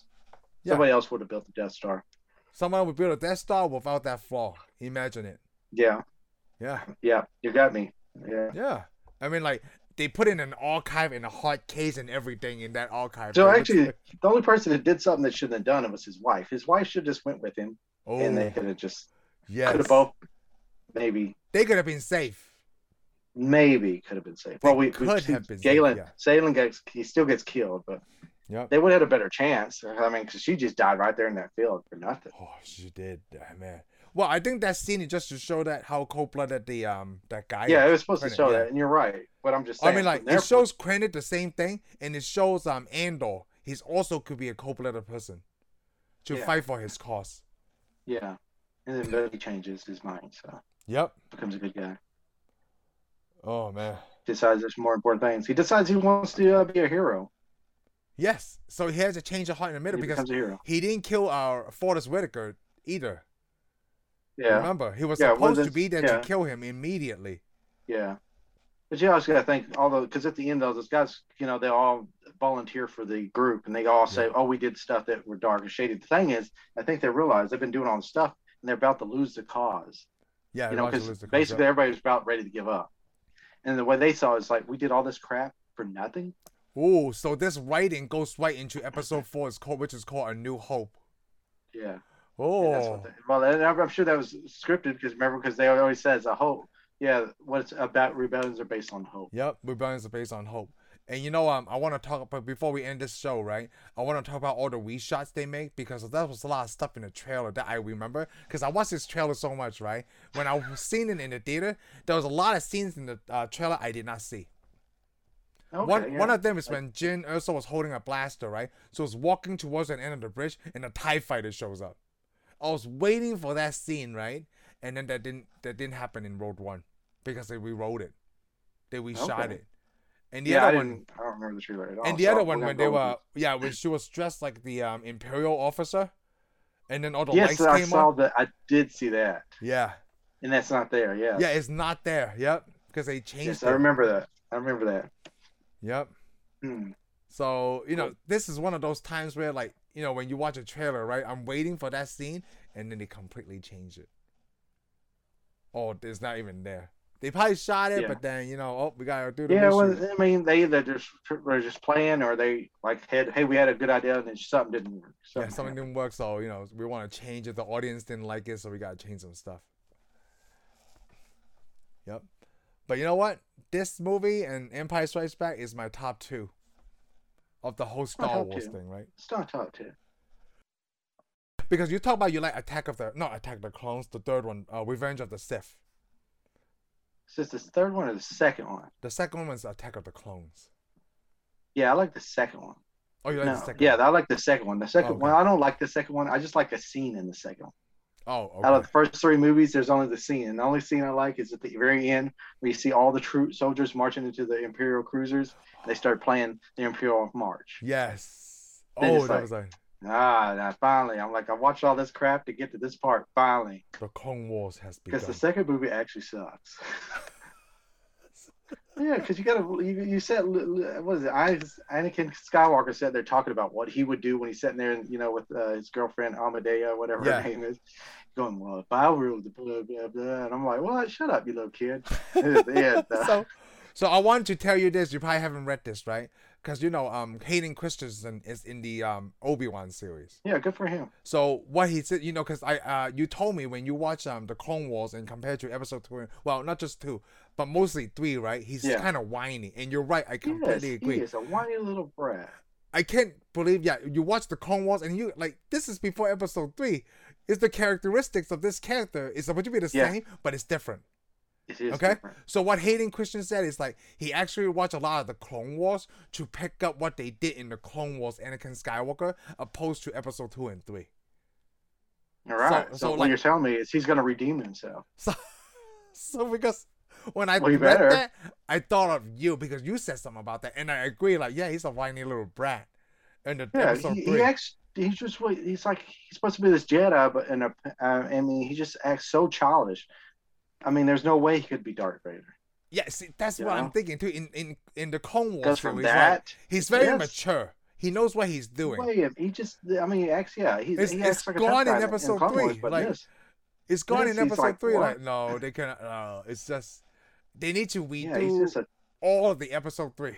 Yeah.
Somebody else would have built the Death Star.
Someone would build a Death Star without that flaw. Imagine it.
Yeah,
Yeah.
yeah, you got me. Yeah.
Yeah. I mean, like, they put in an archive and a hard case and everything in that archive.
So
It looks
actually,
like-
the only person that did something that shouldn't have done it was his wife. His wife should have just went with him,
oh,
and they could have just
yes.
could have both maybe
They could have been safe.
maybe could have been saved. Well, we, we
could have been saved,
Galen
yeah.
Galen gets he still gets killed, but
Yep.
they would have had a better chance. I mean, because she just died right there in that field for nothing.
Oh, she did. Ah, man. Well, I think that scene is just to show that how cold blooded the um that guy
yeah,
is.
it was supposed to
Right,
show
yeah.
that, and you're right. But I'm just
I
saying.
mean, like,
from their
it shows Krennic the same thing, and it shows um Andor. He's also could be a cold blooded person to
Yeah.
fight for his cause.
point- yeah, and then Billy changes his mind, so
Yep.
becomes a good guy.
Oh, man.
Decides there's more important things. He decides he wants to uh, be a hero.
Yes. So he has a change of heart in the middle
He
because
becomes a hero.
he didn't kill our Forrest Whitaker either.
Yeah,
Remember, he was
Yeah, well,
supposed to
that's-
be there
yeah.
to kill him immediately.
yeah. But you also got to think, although, because at the end, though, those guys, you know, they all volunteer for the group and they all say,
Yeah.
oh, we did stuff that were dark and shady. The thing is, I think they realize they've been doing all this stuff and they're about to lose the cause.
Yeah,
you know,
Elijah
because
Lizard comes
basically
up.
everybody was about ready to give up. And the way they saw it is like, we did all this crap for nothing.
Ooh, so this writing goes right into episode four, is called, which is called A New Hope.
Yeah. And that's
Oh,
what they, well, and I'm I'm sure that was scripted because remember, because they always says a hope. Yeah, what's about rebellions are based on hope.
yep, rebellions are based on hope. And you know, um, I want to talk about before we end this show, right? I want to talk about all the reshots they make because that was a lot of stuff in the trailer that I remember. Because I watched this trailer so much, right? When I was seeing it in the theater, there was a lot of scenes in the uh, trailer I did not see.
Okay,
one,
yeah.
one of them is when Jin Urso was holding a blaster, right? So it's walking towards the end of the bridge, and a Tie Fighter shows up. I was waiting for that scene, right? And then that didn't that didn't happen in Road One because they rewrote it, they reshot
Okay.
it. And the
yeah, I
other one,
didn't. I don't remember the trailer at all.
and the
so
other
we're
one
gonna
when they uh,
go with
were yeah, when she was dressed like the um, Imperial officer, and then all the
Yes,
lights
I
came
saw
up.
that. I did see that,
Yeah,
and that's not there. Yeah.
yeah, it's not there. Yep, because they changed
Yes,
it.
I remember that. I remember that.
Yep.
Hmm.
So, you know,
Cool.
this is one of those times where like, you know, when you watch a trailer, right? I'm waiting for that scene and then they completely change it. Oh, it's not even there. They probably shot it,
Yeah.
but then, you know, oh, we gotta do the
Yeah, well,
reshoot.
I mean, they either just were just playing, or they like had, hey, we had a good idea, and then something didn't work.
yeah, something didn't work, so you know, we wanna change it. The audience didn't like it, so we gotta change some stuff. Yep. But you know what? This movie and Empire Strikes Back is my top two of the whole Star
top
Wars
two.
thing, right?
It's not top ten.
Because you talk about you like Attack of the not Attack of the Clones, the third one, uh, Revenge of the Sith.
It's just the third one or the second one.
The second one was Attack of the Clones.
Yeah, I like the second one.
Oh, you like
No,
the second?
yeah,
one.
I like the second one. The second
Okay.
one, I don't like the second one. I just like the scene in the second one.
Oh,
Out of
okay.
the first three movies, there's only the scene, and the only scene I like is at the very end where you see all the troop soldiers marching into the Imperial cruisers. and they start playing the Imperial March.
Yes.
Then
Oh,
it's
that
like-
was like
Ah, now finally, I'm like, I watched all this crap to get to this part finally,
the Clone Wars has
because
begun.
the second movie actually sucks. Yeah, because you gotta you, you said what is it? I, Anakin Skywalker sat there talking about what he would do when he's sitting there and you know with uh, his girlfriend Amadea, whatever
Yeah.
her name is, going well if I ruled the blah blah blah, and I'm like, well, shut up, you little kid. yeah, uh,
so, so I wanted to tell you this. You probably haven't read this, right? Because you know, um, Hayden Christensen is in the um Obi Wan series.
yeah, good for him.
So what he said, you know, because I, uh, you told me when you watch um the Clone Wars and compared to episode two, and- well, not just two, but mostly three, right? He's
Yeah.
kind of whiny, and you're right. I
Yes,
completely
he
agree.
is a whiny little brat.
I can't believe, yeah, you watch the Clone Wars and you like this is before episode three. Is the characteristics of this character is supposed to be the
Yeah.
same, but it's different.
It is
Okay.
different.
So what Hayden Christian said is like he actually watched a lot of the Clone Wars to pick up what they did in the Clone Wars Anakin Skywalker, opposed to episode two and three.
All right.
So-
So,
so,
what
like-
you're telling me is he's gonna redeem himself.
So, so because when I
Well, you
read
better.
that, I thought of you because you said something about that, and I agree. Like, yeah, he's a whiny little brat. In the
Yeah,
episode
he,
three,
he acts. He's just what he's like. He's supposed to be this Jedi, but in a, uh, I mean, he just acts so childish. I mean, there's no way he could be Darth Vader.
yeah, see, that's
you
what I'm
know?
thinking too. In in in the Clone Wars,
Because from
series,
that,
like, he's very
Yes.
mature. He knows what he's doing.
way of- he just. I mean, he acts. Yeah, he's,
It's-
he
it's
acts like a tough
gone in
guy in
episode
Clone Wars,
three,
but
like-
yes,
It's gone
Yes,
in
he's
episode
like,
three.
"What?"
Like, no, they can. Uh, it's just they need to
yeah, he's
redo
just a.
all of the episode three,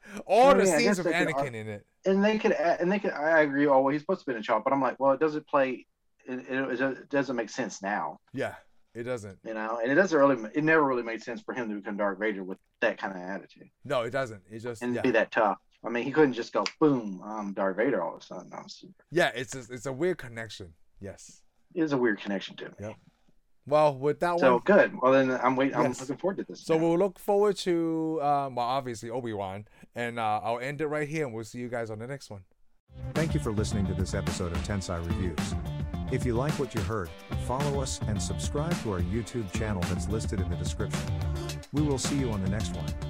all
Well,
the
yeah, I
scenes
guess
of
they could
Anakin
ar-
in it.
And they could. act- And they could. I agree. Oh, well, he's supposed to be in a child, but I'm like, well, it doesn't play. It, it, it doesn't make sense now.
Yeah, it doesn't.
you know, and it doesn't really, it never really made sense for him to become Darth Vader with that kind of attitude
No, it doesn't. It just
and
yeah.
be that tough. I mean, he couldn't just go boom, I'm Darth Vader all of a sudden. I was-
Yeah, it's a, it's a weird connection. Yes.
It was a weird connection to me.
Yep. Well, with that
So
one,
good. Well, then I'm waiting. I'm
Yes.
looking forward to this.
so
now.
we'll look forward to um, well, obviously Obi Wan, and uh, I'll end it right here, and we'll see you guys on the next one.
Thank you for listening to this episode of Tensai Reviews. If you like what you heard, follow us and subscribe to our YouTube channel that's listed in the description. We will see you on the next one.